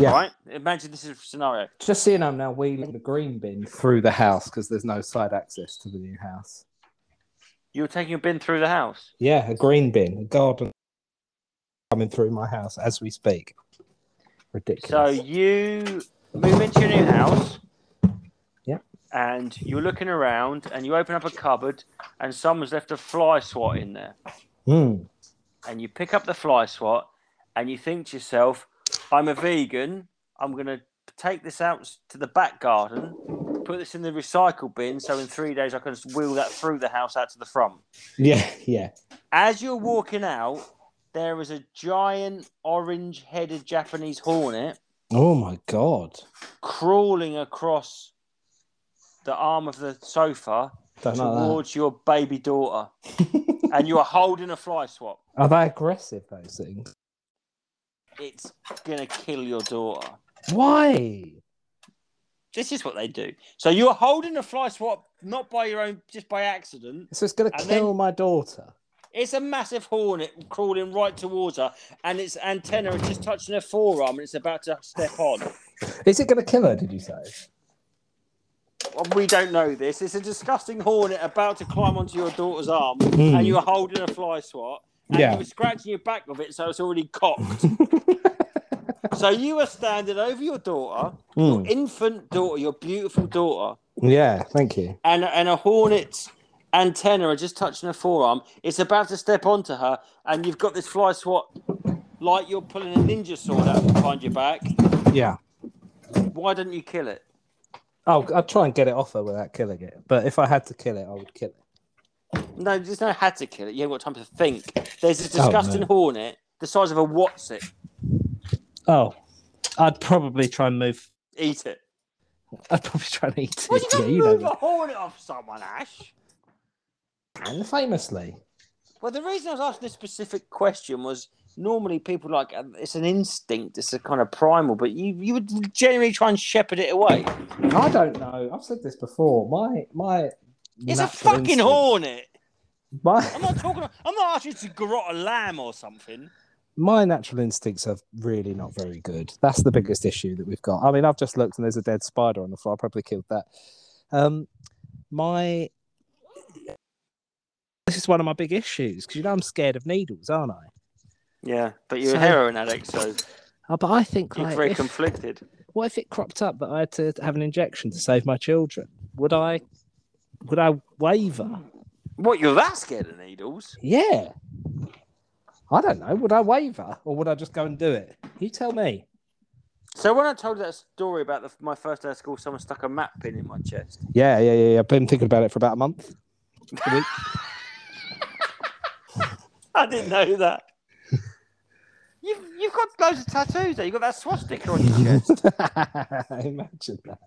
Speaker 1: Yeah.
Speaker 2: Right? Imagine this is a scenario.
Speaker 1: Just so you know, I'm now wheeling the green bin through the house because there's no side access to the new house.
Speaker 2: You're taking a bin through the house.
Speaker 1: Yeah, a green bin, a garden coming through my house as we speak.
Speaker 2: So
Speaker 1: Ridiculous.
Speaker 2: you move into your new house.
Speaker 1: Yeah.
Speaker 2: And you're looking around and you open up a cupboard and someone's left a fly swat in there.
Speaker 1: Hmm.
Speaker 2: and you pick up the fly swat and you think to yourself, I'm a vegan. I'm going to take this out to the back garden, put this in the recycle bin. So in three days, I can just wheel that through the house out to the front.
Speaker 1: Yeah, yeah.
Speaker 2: As you're walking out, there is a giant orange headed Japanese hornet
Speaker 1: Oh my god.
Speaker 2: crawling across the arm of the sofa
Speaker 1: Don't like
Speaker 2: towards your baby daughter. and you are holding a fly swat.
Speaker 1: that. Are they aggressive those things?
Speaker 2: It's going to kill your daughter.
Speaker 1: Why?
Speaker 2: This is what they do. So you're holding a fly swat, not by your own, just by accident.
Speaker 1: So it's gonna
Speaker 2: And
Speaker 1: kill my daughter.
Speaker 2: It's a massive hornet crawling right towards her, and its antenna is just touching her forearm, and it's about to step on.
Speaker 1: Is it gonna kill her, did you say?
Speaker 2: Well, Uh, we don't know this. It's a disgusting hornet about to climb onto your daughter's arm,
Speaker 1: Hmm.
Speaker 2: and you're holding a fly swat. And
Speaker 1: Yeah.
Speaker 2: you were scratching your back with it, so it's already cocked. so you were standing over your daughter,
Speaker 1: Hmm.
Speaker 2: infant daughter, your beautiful daughter,
Speaker 1: Yeah, thank you.
Speaker 2: and and a hornet's antenna are just touching her forearm. It's about to step onto her, and you've got this fly swat like you're pulling a ninja sword out from behind your back.
Speaker 1: Yeah.
Speaker 2: Why didn't you kill it?
Speaker 1: Oh I'd try and get it off her without killing it. But if I had to kill it, I would kill it.
Speaker 2: No, there's no had to kill it. You haven't got time to think. There's this
Speaker 1: Oh,
Speaker 2: disgusting
Speaker 1: no.
Speaker 2: hornet the size of a Watsit.
Speaker 1: Oh. I'd probably try and move
Speaker 2: Eat it.
Speaker 1: I'd probably try and eat
Speaker 2: Well,
Speaker 1: it.
Speaker 2: you can
Speaker 1: you
Speaker 2: move a
Speaker 1: know
Speaker 2: hornet off someone, Ash.
Speaker 1: that. famously.
Speaker 2: Well, the reason I was asking this specific question was normally people like um, it's an instinct, it's a kind of primal, but you you would generally try and shepherd it away.
Speaker 1: I don't know. I've said this before. My my
Speaker 2: It's a
Speaker 1: natural
Speaker 2: fucking
Speaker 1: instinct-
Speaker 2: hornet.
Speaker 1: My
Speaker 2: I'm not talking. I'm not asking you to garrote a lamb or something.
Speaker 1: my natural instincts are really not very good. That's the biggest issue that we've got. I mean, I've just looked and there's a dead spider on the floor. I probably killed that. Um, my this is one of my big issues because you know I'm scared of needles, aren't I?
Speaker 2: Yeah, but you're
Speaker 1: So-
Speaker 2: a heroin addict, so
Speaker 1: Oh, but I think
Speaker 2: you're
Speaker 1: like,
Speaker 2: very
Speaker 1: if-
Speaker 2: conflicted.
Speaker 1: what if it cropped up that I had to have an injection to save my children? Would I? Would I waver?
Speaker 2: What? You're that scared of needles?
Speaker 1: Yeah. I don't know. Would I waver or would I just go and do it? You tell me.
Speaker 2: So when I told you that story about the, my first day of school, someone stuck a map pin in my chest.
Speaker 1: Yeah, yeah, yeah. yeah. I've been thinking about it for about a month. A week.
Speaker 2: I didn't know that. You've, you've got loads of tattoos there. You've got that swastika on your chest.
Speaker 1: Imagine that.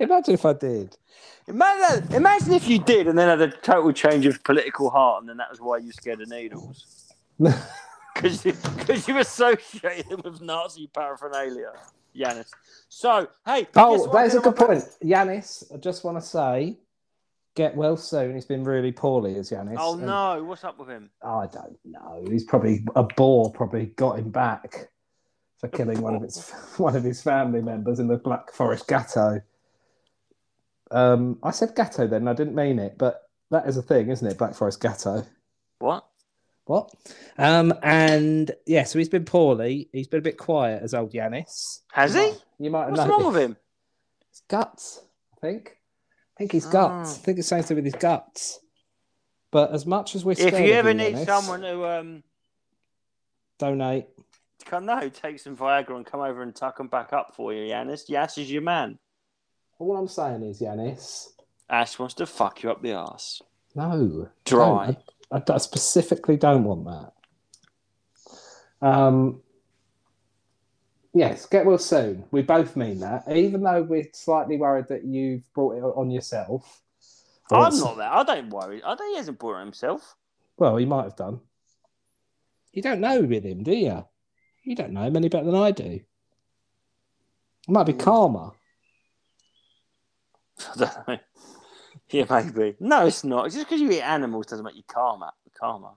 Speaker 1: Imagine if I did.
Speaker 2: Imagine, that- imagine if you did and then had a total change of political heart and then that was why you were scared of needles. Because you, 'cause you associated them with Nazi paraphernalia, Yanis. So, hey. guess
Speaker 1: oh,
Speaker 2: what?
Speaker 1: that is a good point. Yanis, I just want to say, get well soon. He's been really poorly, is Yanis.
Speaker 2: Oh,
Speaker 1: And-
Speaker 2: no. What's up with him?
Speaker 1: I don't know. He's probably a boar. Probably got him back for killing one of its one of his family members in the Black Forest Gatto. Um, I said Gatto then. I didn't mean it, but that is a thing, isn't it? Black Forest Gatto.
Speaker 2: What?
Speaker 4: what? Um, and yeah, so he's been poorly. He's been a bit quiet as old Yanis.
Speaker 2: Has he?
Speaker 1: You might have
Speaker 2: What's
Speaker 1: noticed.
Speaker 2: wrong with him?
Speaker 1: It's guts, I think. I think he's
Speaker 2: Ah.
Speaker 1: guts. I think it's something to do with his guts. But as much as we're
Speaker 2: If
Speaker 1: scared
Speaker 2: you
Speaker 1: of
Speaker 2: ever need
Speaker 1: Yanis,
Speaker 2: someone who um
Speaker 1: donate.
Speaker 2: come no, take some Viagra and come over and tuck them back up for you, Yanis. Yash is your man.
Speaker 1: All I'm saying is, Yanis,
Speaker 2: Ash wants to fuck you up the arse.
Speaker 1: no,
Speaker 2: Dry.
Speaker 1: No, I, I- I specifically don't want that. Um, yes, get well soon. We both mean that, even though we're slightly worried that you've brought it on yourself. Or
Speaker 2: I'm
Speaker 1: it's-
Speaker 2: not that. I don't worry. I don't. He hasn't brought it himself.
Speaker 1: Well, he might have done. You don't know with him, do you? You don't know him any better than I do. It might
Speaker 2: Mm.
Speaker 1: be karma.
Speaker 2: I don't know. yeah, maybe. No, it's not. Just because you eat animals doesn't make you karma. Karma.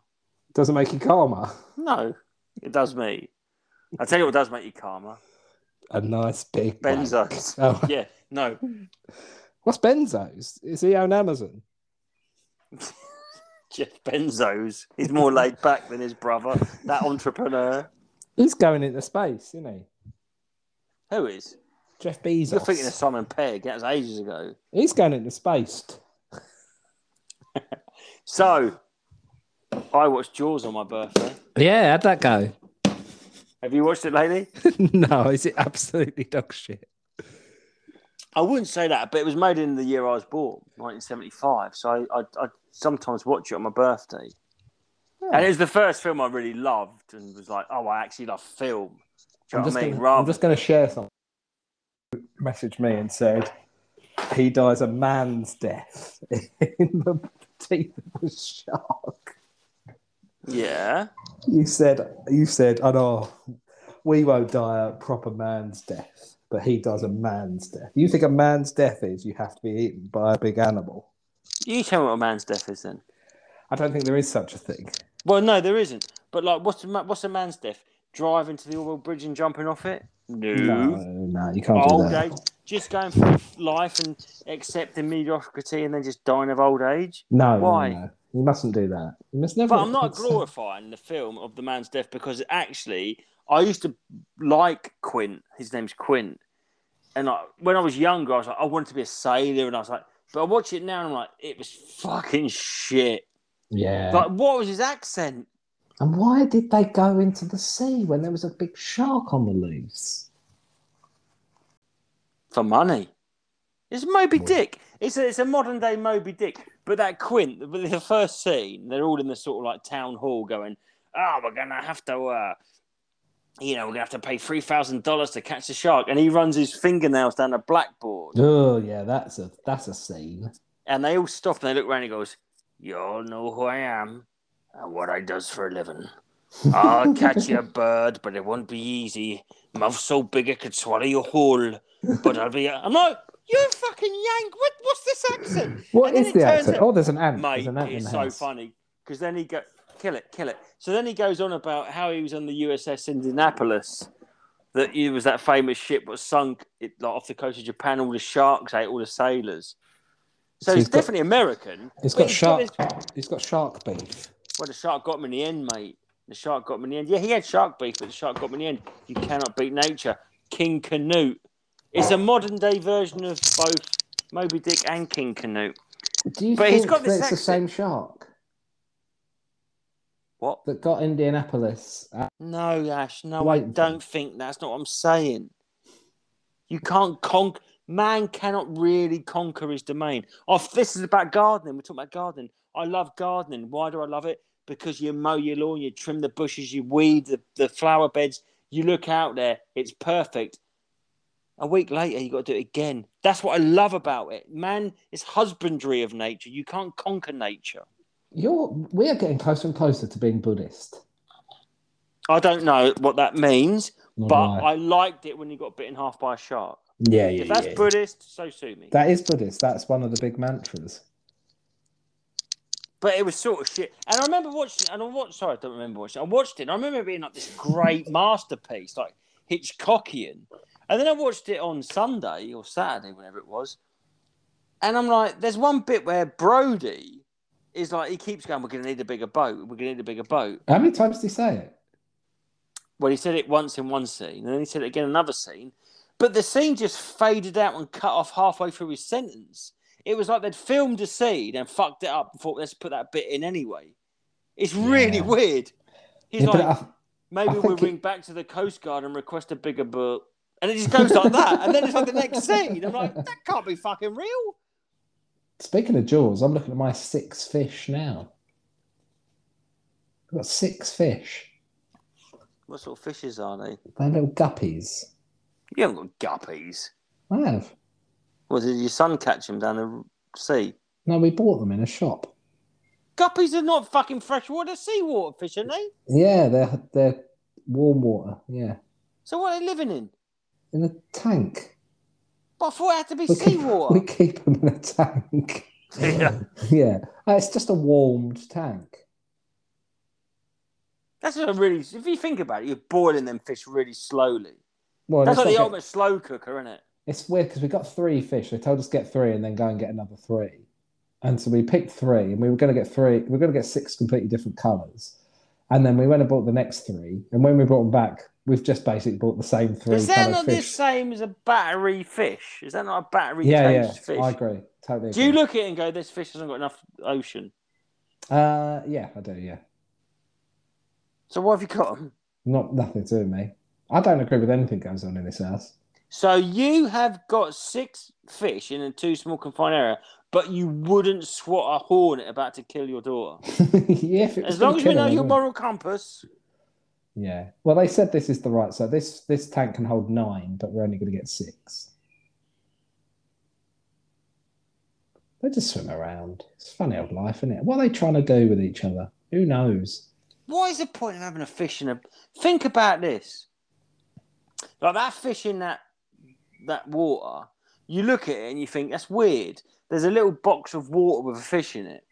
Speaker 1: Doesn't make you karma.
Speaker 2: No, it does me. I tell you what does make you karma.
Speaker 1: A nice big
Speaker 2: Benzo.
Speaker 1: wank. Oh,
Speaker 2: Yeah. No.
Speaker 1: What's Benzo's? Is he on Amazon?
Speaker 2: Jeff Benzos. He's more laid back than his brother, that entrepreneur.
Speaker 1: He's going into space, isn't he?
Speaker 2: Who is?
Speaker 1: Jeff Bezos.
Speaker 2: You're thinking of Simon Pegg. That was ages ago.
Speaker 1: He's going into space.
Speaker 2: So, I watched Jaws on my birthday.
Speaker 4: Yeah, how'd that go?
Speaker 2: Have you watched it lately?
Speaker 4: no, is it absolutely dog shit?
Speaker 2: I wouldn't say that, but it was made in the year I was born, 1975. So I, I, I sometimes watch it on my birthday.
Speaker 1: Hmm.
Speaker 2: And it was the first film I really loved and was like, oh, I actually love film. Do
Speaker 1: I'm
Speaker 2: you know what
Speaker 1: just
Speaker 2: I mean?
Speaker 1: gonna- I'm
Speaker 2: Rather,
Speaker 1: just going to share something. Messaged me and said he dies a man's death in the teeth of a shark.
Speaker 2: yeah.
Speaker 1: You said, you said, I know we won't die a proper man's death, but he does a man's death. You think a man's death is you have to be eaten by a big animal?
Speaker 2: You tell me what a man's death is then.
Speaker 1: I don't think there is such a thing.
Speaker 2: Well, no, there isn't. But like, what's a, ma- what's a man's death? Driving to the Orwell Bridge and jumping off it? No.
Speaker 1: No, no, you can't do
Speaker 2: Old
Speaker 1: that.
Speaker 2: age, just going through life and accepting mediocrity and then just dying of old age.
Speaker 1: No, no,
Speaker 2: Why?
Speaker 1: no. you mustn't do that. You must never.
Speaker 2: But I'm not glorifying the film of the man's death because actually, I used to like Quint. His name's Quint. And I, when I was younger, I was like, I wanted to be a sailor. And I was like, but I watch it now and I'm like, it was fucking shit.
Speaker 1: Yeah.
Speaker 2: Like, what was his accent?
Speaker 1: And why did they go into the sea when there was a big shark on the loose?
Speaker 2: for money. It's Moby Dick. It's a, it's a modern day Moby Dick. But that Quint, the, the first scene, they're all in the sort of like town hall going, oh, we're going to have to, uh, you know, we're going to have to pay $3,000 to catch the shark. And he runs his fingernails down a blackboard.
Speaker 1: Oh yeah, that's a that's a scene.
Speaker 2: And they all stop and they look around and he goes, You all know who I am and what I does for a living. I'll catch you a bird, but it won't be easy. Mouth so big it could swallow you whole. But I'll be. I'm not. You fucking yank. What, what's this accent?
Speaker 1: What
Speaker 2: And then
Speaker 1: is
Speaker 2: it
Speaker 1: the
Speaker 2: turns
Speaker 1: accent?
Speaker 2: out-
Speaker 1: Oh, there's an ant.
Speaker 2: Mate,
Speaker 1: there's an ant in
Speaker 2: it's
Speaker 1: the
Speaker 2: so
Speaker 1: house.
Speaker 2: funny because then he go kill it, kill it. So then he goes on about how he was on the USS Indianapolis, that it was that famous ship was sunk it, like, off the coast of Japan. All the sharks ate all the sailors.
Speaker 1: So
Speaker 2: So, he's
Speaker 1: he's got-
Speaker 2: definitely American.
Speaker 1: It's
Speaker 2: but
Speaker 1: got
Speaker 2: he's
Speaker 1: shark.
Speaker 2: his-
Speaker 1: It's got shark beef.
Speaker 2: well, the shark got him in the end, mate. The shark got him in the end. Yeah, he had shark beef, but the shark got him in the end. You cannot beat nature. King Canute. It's a modern day version of both Moby Dick and King Canute.
Speaker 1: Do you
Speaker 2: But
Speaker 1: think
Speaker 2: he's got this
Speaker 1: that it's the same
Speaker 2: accent.
Speaker 1: shark
Speaker 2: What?
Speaker 1: that got Indianapolis? Uh,
Speaker 2: No, Ash. No, I
Speaker 1: Wait.
Speaker 2: don't think that's not what I'm saying. You can't conquer. Man cannot really conquer his domain. Oh, this is about gardening. We're talking about gardening. I love gardening. Why do I love it? Because you mow your lawn, you trim the bushes, you weed the, the flower beds. You look out there, it's perfect. A week later, you got to do it again. That's what I love about it. Man, it's husbandry of nature. You can't conquer nature.
Speaker 1: You're. We are getting closer and closer to being Buddhist.
Speaker 2: I don't know what that means,
Speaker 1: Not
Speaker 2: but
Speaker 1: gonna lie.
Speaker 2: I liked it when you got bitten half by a shark.
Speaker 1: yeah, yeah,
Speaker 2: If that's
Speaker 1: yeah.
Speaker 2: Buddhist, so sue me.
Speaker 1: That is Buddhist. That's one of the big mantras.
Speaker 2: but it was sort of shit. And I remember watching it, and I watched, sorry, I don't remember watching it. I watched it, and I remember it being like this great masterpiece, like Hitchcockian. And then I watched it on Sunday or Saturday, whenever it was. And I'm like, there's one bit where Brody is like he keeps going. We're going to need a bigger boat. We're going to need a bigger boat.
Speaker 1: How many times did he say it?
Speaker 2: Well, he said it once in one scene, and then he said it again in another scene. But the scene just faded out and cut off halfway through his sentence. It was like they'd filmed a scene and fucked it up and thought, let's put that bit in anyway. It's really
Speaker 1: Yeah.
Speaker 2: weird. He's
Speaker 1: Yeah, but
Speaker 2: like,
Speaker 1: I-
Speaker 2: maybe
Speaker 1: I
Speaker 2: we'll
Speaker 1: think
Speaker 2: ring back to the Coast Guard and request a bigger boat. And it just goes like that. And then it's like the next scene. I'm like, that can't be fucking real.
Speaker 1: Speaking of jaws, I'm looking at my six fish now. I've got six fish.
Speaker 2: What sort of fishes are they?
Speaker 1: They're little guppies.
Speaker 2: You haven't got guppies.
Speaker 1: I have.
Speaker 2: Well, did your son catch them down the sea?
Speaker 1: No, we bought them in a shop.
Speaker 2: Guppies are not fucking freshwater seawater fish, are they?
Speaker 1: Yeah, they're they're warm water. Yeah,
Speaker 2: So what are they living in?
Speaker 1: in a tank.
Speaker 2: But I thought it had to be
Speaker 1: We keep, we
Speaker 2: seawater.
Speaker 1: keep them in a tank.
Speaker 2: Yeah.
Speaker 1: yeah. Uh, It's just a warmed tank.
Speaker 2: That's a really. If you think about it, you're boiling them fish really slowly.
Speaker 1: Well,
Speaker 2: That's
Speaker 1: let's
Speaker 2: like
Speaker 1: not
Speaker 2: the
Speaker 1: get-
Speaker 2: ultimate slow cooker, isn't it?
Speaker 1: It's weird because we got three fish. They told us get three and then go and get another three. And so we picked three and we were going to get three. We were going to get six completely different colors. And then we went and bought the next three. And when we brought them back, we've just basically bought the same three
Speaker 2: Is that
Speaker 1: colored
Speaker 2: not the
Speaker 1: fish.
Speaker 2: same as a battery fish? Is that not a battery
Speaker 1: yeah, yeah.
Speaker 2: taste
Speaker 1: I
Speaker 2: fish?
Speaker 1: agree. Totally.
Speaker 2: Do you
Speaker 1: agree.
Speaker 2: look at it and go, this fish hasn't got enough ocean?
Speaker 1: Uh, yeah, I do. Yeah.
Speaker 2: So why have you got them?
Speaker 1: Not nothing to do with me. I don't agree with anything that goes on in this house.
Speaker 2: So you have got six fish in a too small confined area, but you wouldn't swat a hornet about to kill your daughter.
Speaker 1: yeah, if it was
Speaker 2: As long
Speaker 1: gonna
Speaker 2: as we
Speaker 1: kill them,
Speaker 2: know your
Speaker 1: I wouldn't.
Speaker 2: moral compass,
Speaker 1: Yeah. Well, they said this is the right. So this this tank can hold nine, but we're only going to get six. They just swim around. It's funny old life, isn't it? What are they trying to do with each other? Who knows?
Speaker 2: what is the point of having a fish in a? Think about this. Like that fish in that that water, you look at it and you think that's weird. There's a little box of water with a fish in it.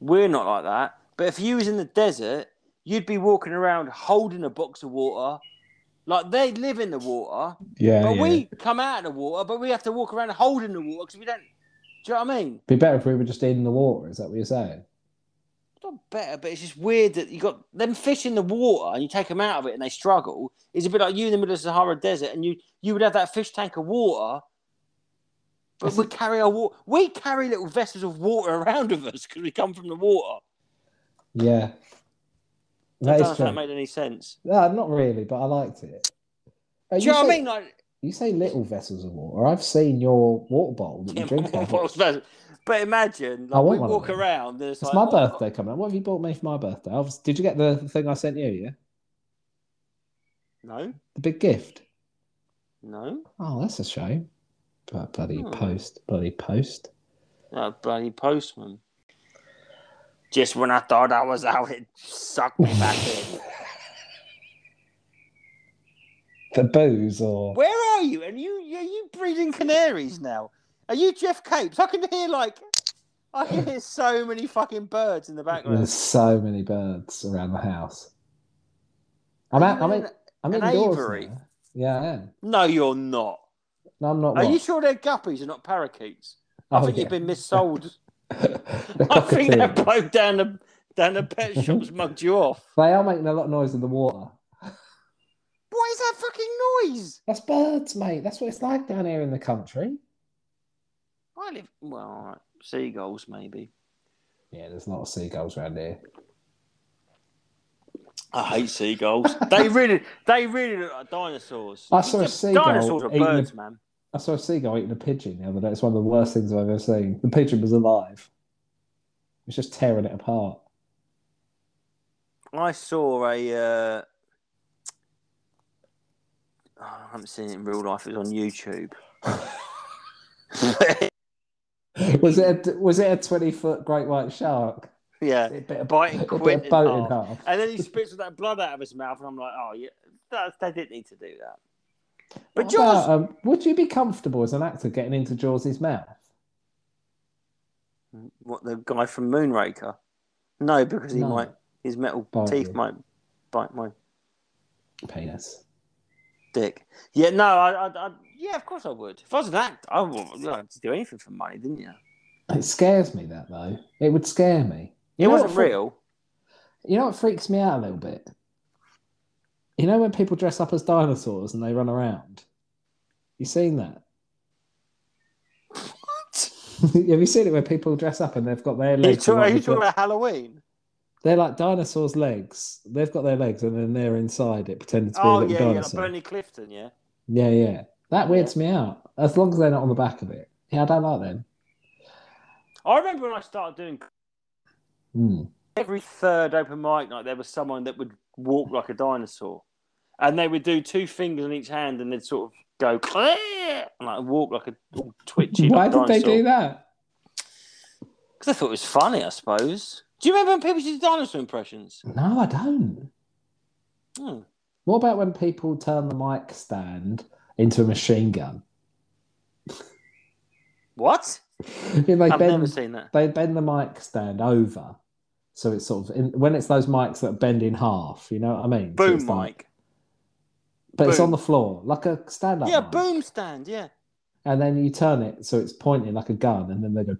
Speaker 2: We're not like that. But if you was in the desert, you'd be walking around holding a box of water. Like they live in the water.
Speaker 1: Oh, Yeah,
Speaker 2: But we come out of the water, but we have to walk around holding the water because we don't. Do you know what I mean?
Speaker 1: Be better if we were just in the water. Is that what you're saying?
Speaker 2: It's Not better, but it's just weird that you got them fish in the water and you take them out of it and they struggle. It's a bit like you in the middle of the Sahara Desert and you you would have that fish tank of water, but we carry our water. We carry little vessels of water around with us because we come from the water.
Speaker 1: Yeah.
Speaker 2: I
Speaker 1: That
Speaker 2: don't know
Speaker 1: is
Speaker 2: if
Speaker 1: true.
Speaker 2: that made any sense.
Speaker 1: No, not really, but I liked it. Uh,
Speaker 2: Do you know
Speaker 1: say,
Speaker 2: what I mean? Like,
Speaker 1: You say little vessels of water. I've seen your water bottle that you drink out of.
Speaker 2: what's that? but imagine
Speaker 1: I
Speaker 2: like, we
Speaker 1: want one of
Speaker 2: walk
Speaker 1: them.
Speaker 2: around. And it's
Speaker 1: It's
Speaker 2: like,
Speaker 1: my
Speaker 2: oh, I've got-
Speaker 1: birthday coming up. What have you bought me for my birthday? I was- Did you get the thing I sent you? Yeah,
Speaker 2: No,
Speaker 1: the big gift.
Speaker 2: no,
Speaker 1: Oh, that's a shame. But bloody
Speaker 2: Hmm.
Speaker 1: post, bloody post.
Speaker 2: That bloody postman. Just when I thought I was out, it sucked me back in.
Speaker 1: The booze, or
Speaker 2: Where are you? And you, you- are you breeding canaries now? Are you Jeff Capes? I can hear like, I can hear so many fucking birds in the background.
Speaker 1: there's so many birds around the house. I'm out, I'm in, I'm
Speaker 2: an
Speaker 1: indoors
Speaker 2: aviary.
Speaker 1: now. Yeah, I am.
Speaker 2: No, you're not.
Speaker 1: No, I'm not.
Speaker 2: Are you
Speaker 1: what?
Speaker 2: sure they're guppies and not parakeets? I
Speaker 1: Oh,
Speaker 2: think
Speaker 1: yeah.
Speaker 2: you've been missold.
Speaker 1: The
Speaker 2: I think that
Speaker 1: cockatoo.
Speaker 2: bloke down the down the pet shop's mugged you off.
Speaker 1: They are making a lot of noise in the water.
Speaker 2: What is that fucking noise?
Speaker 1: That's birds, mate. That's what it's like down here in the country.
Speaker 2: I live well, all right. seagulls maybe.
Speaker 1: Yeah, there's a lot of seagulls around here.
Speaker 2: I hate seagulls. they really, they really look like dinosaurs.
Speaker 1: I saw a seagull
Speaker 2: Dinosaurs are
Speaker 1: eating a-
Speaker 2: birds, man.
Speaker 1: I saw a seagull eating a pigeon the other day. It's one of the worst things I've ever seen. The pigeon was alive. It was just tearing it apart.
Speaker 2: I saw a. Uh... oh, I haven't seen it in real life. It was on YouTube.
Speaker 1: was it a, was it a twenty foot great white shark?
Speaker 2: yeah,
Speaker 1: A bit of,
Speaker 2: biting
Speaker 1: a bit of
Speaker 2: Quint in
Speaker 1: boat
Speaker 2: half.
Speaker 1: in half.
Speaker 2: and then he spits all that blood out of his mouth, and I'm like, oh yeah, that, they didn't need to do that. But
Speaker 1: What
Speaker 2: Jaws,
Speaker 1: about, um, would you be comfortable as an actor getting into Jaws's mouth?
Speaker 2: what the guy from Moonraker? No, because he
Speaker 1: No.
Speaker 2: might his metal
Speaker 1: Bite
Speaker 2: teeth
Speaker 1: you.
Speaker 2: might bite my
Speaker 1: Penis.
Speaker 2: dick. Yeah, no, I, I, I, yeah, of course I would. If I was an actor, I would I'd do anything for money, didn't you?
Speaker 1: It scares me that though. It would scare me.
Speaker 2: It
Speaker 1: You know
Speaker 2: wasn't
Speaker 1: what fre-
Speaker 2: real.
Speaker 1: You know what freaks me out a little bit? You know when people dress up as dinosaurs and they run around? You seen that? Have you seen it where people dress up and they've got their
Speaker 2: Are you,
Speaker 1: legs?
Speaker 2: talking, are
Speaker 1: along
Speaker 2: you
Speaker 1: with the-
Speaker 2: talking about Halloween?
Speaker 1: They're like dinosaurs' legs. They've got their legs and then they're inside it, pretending to be a
Speaker 2: Oh
Speaker 1: little
Speaker 2: yeah, yeah, like
Speaker 1: dinosaur.
Speaker 2: Bernie Clifton, yeah.
Speaker 1: Yeah, yeah. That weirds me out. As long as they're not on the back of it. Yeah, I don't like them.
Speaker 2: I remember when I started doing
Speaker 1: Mm.
Speaker 2: every third open mic night, there was someone that would walk like a dinosaur, and they would do two fingers in each hand, and they'd sort of go "Clear!" and like walk like a all twitchy.
Speaker 1: Why
Speaker 2: like
Speaker 1: did they do
Speaker 2: dinosaur.
Speaker 1: that?
Speaker 2: Because I thought it was funny, I suppose. Do you remember when people used to do dinosaur impressions?
Speaker 1: No, I don't.
Speaker 2: Hmm.
Speaker 1: What about when people turn the mic stand into a machine gun?
Speaker 2: What?
Speaker 1: I mean, they,
Speaker 2: I've never
Speaker 1: bend,
Speaker 2: seen that.
Speaker 1: they bend the mic stand over. So it's sort of in, when it's those mics that bend in half, you know what I mean? So
Speaker 2: Boom
Speaker 1: it's
Speaker 2: mic.
Speaker 1: like- but it's
Speaker 2: Boom.
Speaker 1: on the floor, like a stand up.
Speaker 2: Yeah, boom stand. Yeah,
Speaker 1: And then you turn it so it's pointing like a gun, and then they go,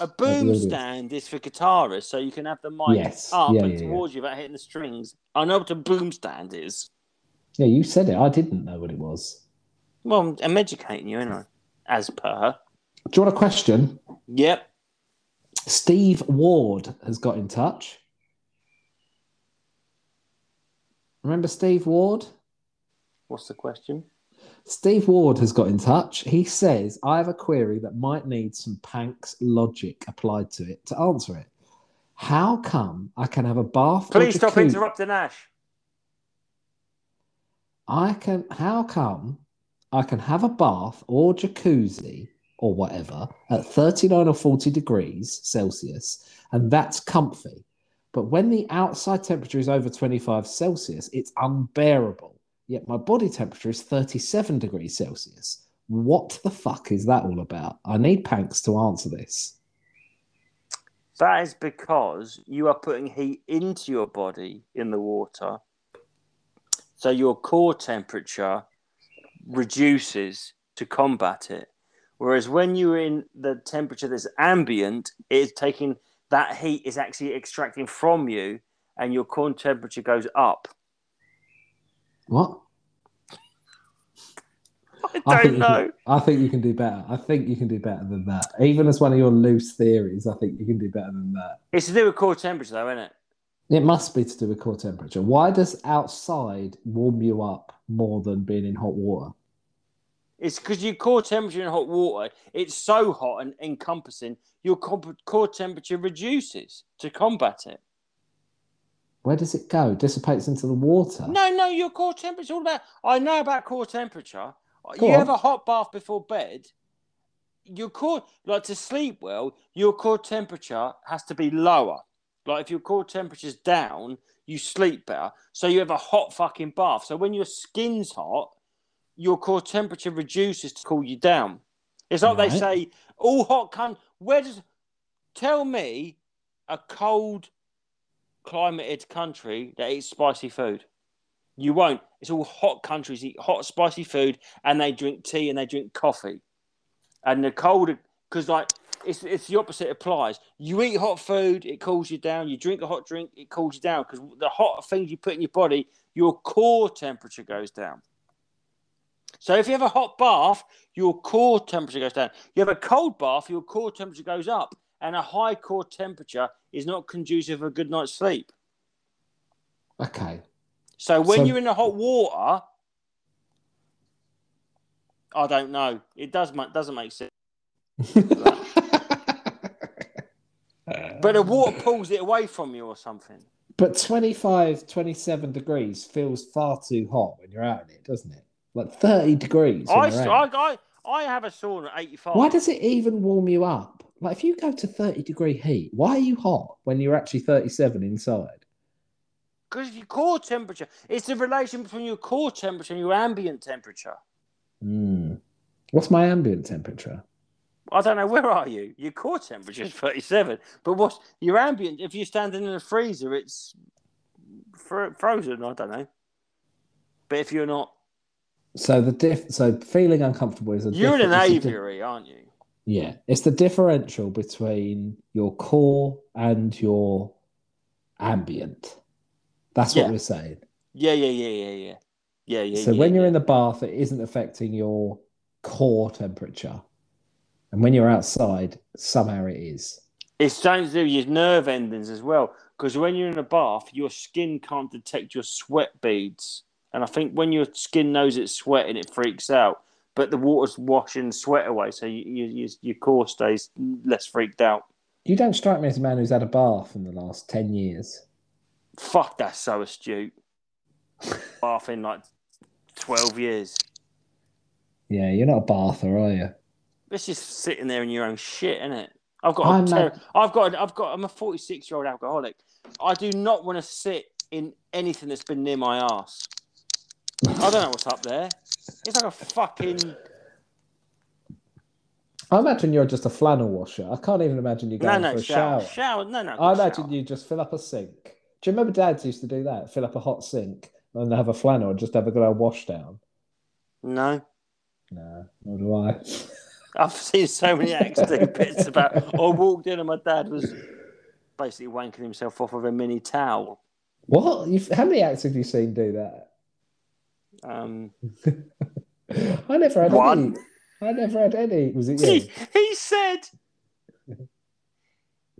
Speaker 2: a boom
Speaker 1: really is.
Speaker 2: stand is for guitarists, so you can have the mic
Speaker 1: Yes.
Speaker 2: up
Speaker 1: Yeah,
Speaker 2: and
Speaker 1: yeah, yeah.
Speaker 2: towards you without hitting the strings. I know what a boom stand is.
Speaker 1: Yeah, you said it. I didn't know what it was.
Speaker 2: Well, I'm, I'm educating you, ain't I? As per.
Speaker 1: Do you want a question?
Speaker 2: Yep.
Speaker 1: Steve Ward has got in touch. Remember Steve Ward?
Speaker 2: What's the question?
Speaker 1: Steve Ward has got in touch. He says, I have a query that might need some Pank's logic applied to it to answer it. How come I can have a bath? or
Speaker 2: Please stop
Speaker 1: jacuzzi-
Speaker 2: interrupting Ash.
Speaker 1: I can. How come I can have a bath or jacuzzi or whatever at 39 or 40 degrees Celsius, and that's comfy. But when the outside temperature is over 25 Celsius, it's unbearable. Yet my body temperature is 37 degrees Celsius. What the fuck is that all about? I need Panks to answer this.
Speaker 2: That is because you are putting heat into your body in the water. So your core temperature reduces to combat it. Whereas when you're in the temperature that's ambient, it is taking that heat is actually extracting from you and your core temperature goes up.
Speaker 1: What?
Speaker 2: I don't
Speaker 1: think you
Speaker 2: know.
Speaker 1: Can, I think you can do better. I think you can do better than that. Even as one of your loose theories, I think you can do better than that.
Speaker 2: It's to do with core temperature though, isn't it?
Speaker 1: It must be to do with core temperature. Why does outside warm you up more than being in hot water?
Speaker 2: It's because your core temperature in hot water, it's so hot and encompassing, your comp- core temperature reduces to combat it.
Speaker 1: Where does it go? Dissipates into the water.
Speaker 2: No, no, your core temperature's all about. I know about core temperature.
Speaker 1: Go
Speaker 2: you
Speaker 1: on.
Speaker 2: have a hot bath before bed. Your core, like to sleep well, your core temperature has to be lower. Like if your core temperature's down, you sleep better. So you have a hot fucking bath. So when your skin's hot, your core temperature reduces to cool you down. It's like they
Speaker 1: Right.
Speaker 2: say, all hot cunt. Where does tell me a cold climated country that eats spicy food? You won't. It's all hot countries eat hot spicy food and they drink tea and they drink coffee. And the colder because like it's it's the opposite applies. You eat hot food, it cools you down. You drink a hot drink, it cools you down because the hot things you put in your body, your core temperature goes down. So if you have a hot bath, your core temperature goes down. You have a cold bath, your core temperature goes up, and a high core temperature is not conducive for a good night's sleep.
Speaker 1: Okay.
Speaker 2: So when
Speaker 1: So-
Speaker 2: you're in the hot water, I don't know. It does ma- doesn't make sense. But the water pulls it away from you or something.
Speaker 1: But 25, 27 degrees feels far too hot when you're out in it, doesn't it? Like 30 degrees. when
Speaker 2: I,
Speaker 1: you're
Speaker 2: s-
Speaker 1: out.
Speaker 2: I, I, I have a sauna at 85.
Speaker 1: Why does it even warm you up? Like if you go to 30 degree heat, why are you hot when you're actually 37 inside?
Speaker 2: Because your core temperature, it's the relation between your core temperature and your ambient temperature.
Speaker 1: Hmm. What's my ambient temperature?
Speaker 2: I don't know where are you. Your core temperature is thirty-seven, but what's your ambient? If you're standing in a freezer, it's fro- frozen. I don't know. But if you're not,
Speaker 1: So the diff so feeling uncomfortable is a
Speaker 2: you're in an
Speaker 1: different- it's a di-
Speaker 2: aviary, aren't you?
Speaker 1: Yeah, it's the differential between your core and your ambient. That's what
Speaker 2: Yeah.
Speaker 1: we're saying.
Speaker 2: Yeah, yeah, yeah, yeah, yeah, yeah, yeah.
Speaker 1: so when you're
Speaker 2: yeah.
Speaker 1: in the bath, it isn't affecting your core temperature, and when you're outside, somehow it is.
Speaker 2: It's something to do with your nerve endings as well. Because when you're in a bath, your skin can't detect your sweat beads. And I think when your skin knows it's sweating, it freaks out. But the water's washing sweat away, so you, you, you, your core stays less freaked out.
Speaker 1: You don't strike me as a man who's had a bath in the last ten years.
Speaker 2: Fuck, that's so astute. bath in like 12 years.
Speaker 1: Yeah, you're not a bather, are you?
Speaker 2: It's just sitting there in your own shit, isn't it? I've got.
Speaker 1: I'm
Speaker 2: A ter- I've got. I've got. I'm a 46 year old alcoholic. I do not want to sit in anything that's been near my ass. I don't know what's up there. It's like a fucking.
Speaker 1: I imagine you're just a flannel washer. I can't even imagine you
Speaker 2: No,
Speaker 1: going
Speaker 2: no
Speaker 1: for a
Speaker 2: shower.
Speaker 1: shower.
Speaker 2: shower. No, no.
Speaker 1: I
Speaker 2: shower.
Speaker 1: imagine you just fill up a sink. Do you remember dads used to do that? Fill up a hot sink and then have a flannel and just have a good old wash down.
Speaker 2: No.
Speaker 1: No, nor do I.
Speaker 2: I've seen so many acts do bits about. I walked in and my dad was basically wanking himself off with a mini towel.
Speaker 1: What? You've, how many acts have you seen do that?
Speaker 2: Um,
Speaker 1: I never had
Speaker 2: One.
Speaker 1: Any. I never had any. Was it you?
Speaker 2: he, he said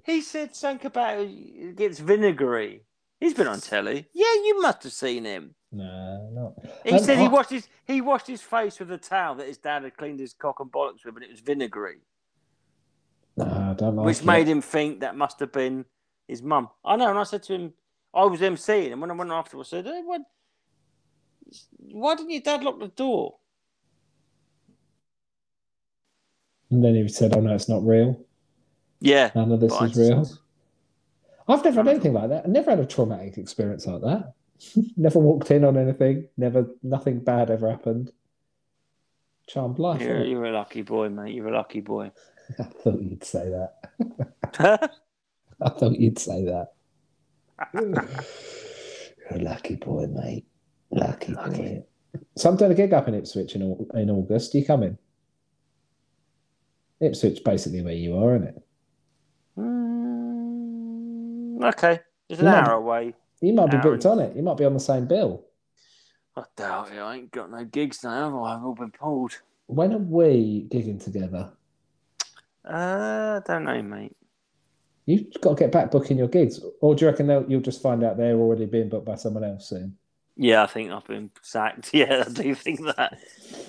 Speaker 2: he said something about it gets vinegary. He's been on telly. Yeah, you must have seen him.
Speaker 1: no, not.
Speaker 2: He
Speaker 1: Um,
Speaker 2: said he
Speaker 1: I-
Speaker 2: washed his he washed his face with a towel that his dad had cleaned his cock and bollocks with, and it was vinegary,
Speaker 1: No, I don't like
Speaker 2: which
Speaker 1: it.
Speaker 2: made him think that must have been his mum. I know, and I said to him, I was emceeing, and when I went afterwards, I said, hey, what, "Why didn't your dad lock the door?"
Speaker 1: And then he said, "Oh no, it's not real.
Speaker 2: Yeah,
Speaker 1: None of this
Speaker 2: But I
Speaker 1: is real."
Speaker 2: just-
Speaker 1: I've never had anything like that. I never had a traumatic experience like that. never walked in on anything. Never, nothing bad ever happened. Charmed life.
Speaker 2: you're,
Speaker 1: innit?
Speaker 2: you're a lucky boy, mate. You're a lucky boy.
Speaker 1: I thought you'd say that. I thought you'd say that. You're a lucky boy, mate. Lucky, boy. So I'm doing a gig up in Ipswich in, Au- in August. You coming? Ipswich, basically where you are, isn't it?
Speaker 2: Mm, okay. It's an
Speaker 1: Yeah.
Speaker 2: hour away.
Speaker 1: You might be
Speaker 2: Aaron.
Speaker 1: booked on it. You might be on the same bill.
Speaker 2: I doubt it. I ain't got no gigs now. have I? I've all been pulled.
Speaker 1: When are we gigging together?
Speaker 2: Uh, I don't know, mate.
Speaker 1: You've got to get back booking your gigs, or do you reckon they'll, you'll just find out they're already being booked by someone else soon?
Speaker 2: Yeah, I think I've been sacked. Yeah, I do think that.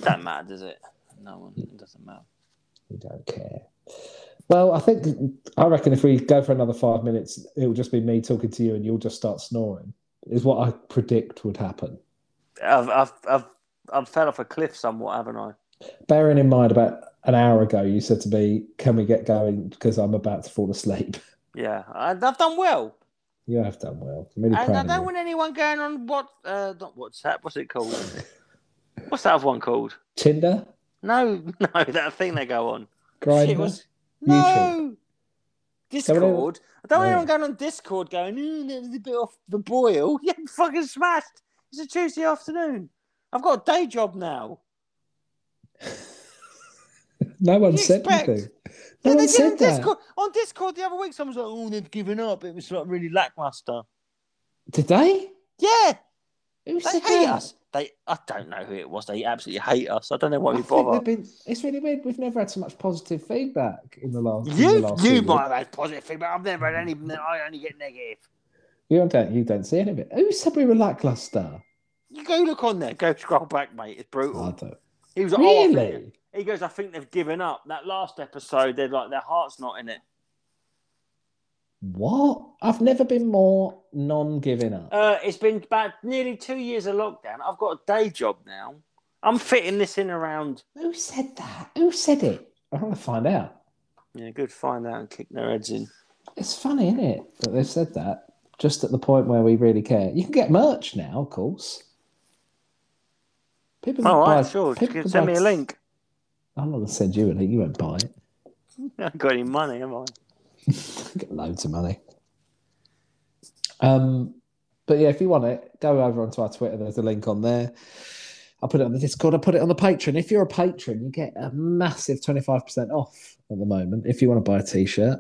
Speaker 2: That matter, does it? No one. It doesn't matter.
Speaker 1: You don't care. Well, I think I reckon if we go for another five minutes, it will just be me talking to you, and you'll just start snoring. Is what I predict would happen.
Speaker 2: I've, I've, I've, I've fell off a cliff somewhat, haven't I?
Speaker 1: Bearing in mind, about an hour ago, you said to me, "Can we get going?" Because I'm about to fall asleep.
Speaker 2: Yeah, I, I've done well,
Speaker 1: You have done well. I'm really
Speaker 2: and I
Speaker 1: proud of
Speaker 2: don't
Speaker 1: you.
Speaker 2: want anyone going on what, uh, not WhatsApp. What's it called? What's that other one called?
Speaker 1: Tinder,
Speaker 2: No, no, that thing they go on.
Speaker 1: Grindr.
Speaker 2: Shit was
Speaker 1: YouTube.
Speaker 2: no
Speaker 1: Don't
Speaker 2: Discord.
Speaker 1: wanna-
Speaker 2: I don't want
Speaker 1: Yeah.
Speaker 2: anyone going on Discord going, ooh, that was a bit off the boil. Yeah, I'm fucking smashed. It's a Tuesday afternoon. I've got a day job now.
Speaker 1: No one
Speaker 2: you
Speaker 1: said
Speaker 2: expect?
Speaker 1: anything. No
Speaker 2: They-
Speaker 1: one
Speaker 2: they did
Speaker 1: said
Speaker 2: on
Speaker 1: that.
Speaker 2: Discord. On Discord the other week, someone was like, oh, they've given up. It was like really lackluster.
Speaker 1: Did they?
Speaker 2: Yeah,
Speaker 1: Who
Speaker 2: they
Speaker 1: said
Speaker 2: hate
Speaker 1: that?
Speaker 2: us. They, I don't know who it was. They absolutely hate us. I don't know
Speaker 1: I
Speaker 2: why we
Speaker 1: think
Speaker 2: bother.
Speaker 1: we've been, it's really weird. We've never had so much positive feedback in the last. in the
Speaker 2: You,
Speaker 1: last few
Speaker 2: you
Speaker 1: weeks.
Speaker 2: might have had positive feedback. I've never had any. I only get negative.
Speaker 1: You don't. You don't see any of it. Who said we were lackluster?
Speaker 2: You go look on there. Go scroll back, mate. It's brutal.
Speaker 1: I don't.
Speaker 2: He was like, oh, I think-
Speaker 1: Really?
Speaker 2: he goes, I think they've given up. That last episode, they're like their heart's not in it.
Speaker 1: What? I've never been more non-giving up.
Speaker 2: Uh, it's been about nearly two years of lockdown. I've got a day job now. I'm fitting this in around.
Speaker 1: Who said that? Who said it? I want to find out.
Speaker 2: Yeah, good. Find out and kick their heads in.
Speaker 1: It's funny, isn't it, that they've said that just at the point where we really care. You can get merch now, of course. People can
Speaker 2: All right,
Speaker 1: buy-
Speaker 2: Oh, sure.
Speaker 1: people can
Speaker 2: Send
Speaker 1: buy-
Speaker 2: me a link.
Speaker 1: I'm not going to send you a link. You won't buy it.
Speaker 2: I haven't got any money, am I?
Speaker 1: Get loads of money. Um, but yeah, if you want it, go over onto our Twitter. There's a link on there. I put it on the Discord. I put it on the Patreon. If you're a patron, you get a massive 25% off at the moment. If you want to buy a t shirt,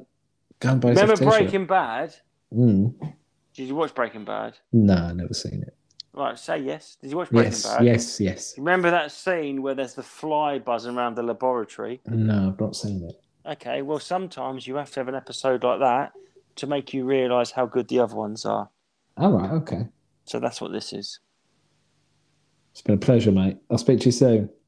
Speaker 1: go and buy yourself
Speaker 2: Remember
Speaker 1: a t-shirt.
Speaker 2: Breaking Bad?
Speaker 1: Mm.
Speaker 2: Did you watch Breaking Bad?
Speaker 1: No, i never seen it.
Speaker 2: Right, say yes. Did you watch Breaking
Speaker 1: yes,
Speaker 2: Bad?
Speaker 1: yes, yes.
Speaker 2: Remember that scene where there's the fly buzzing around the laboratory?
Speaker 1: No, I've not seen it.
Speaker 2: Okay, well, sometimes you have to have an episode like that to make you realise how good the other ones are.
Speaker 1: All right, okay.
Speaker 2: So that's what this is.
Speaker 1: It's been a pleasure, mate. I'll speak to you soon.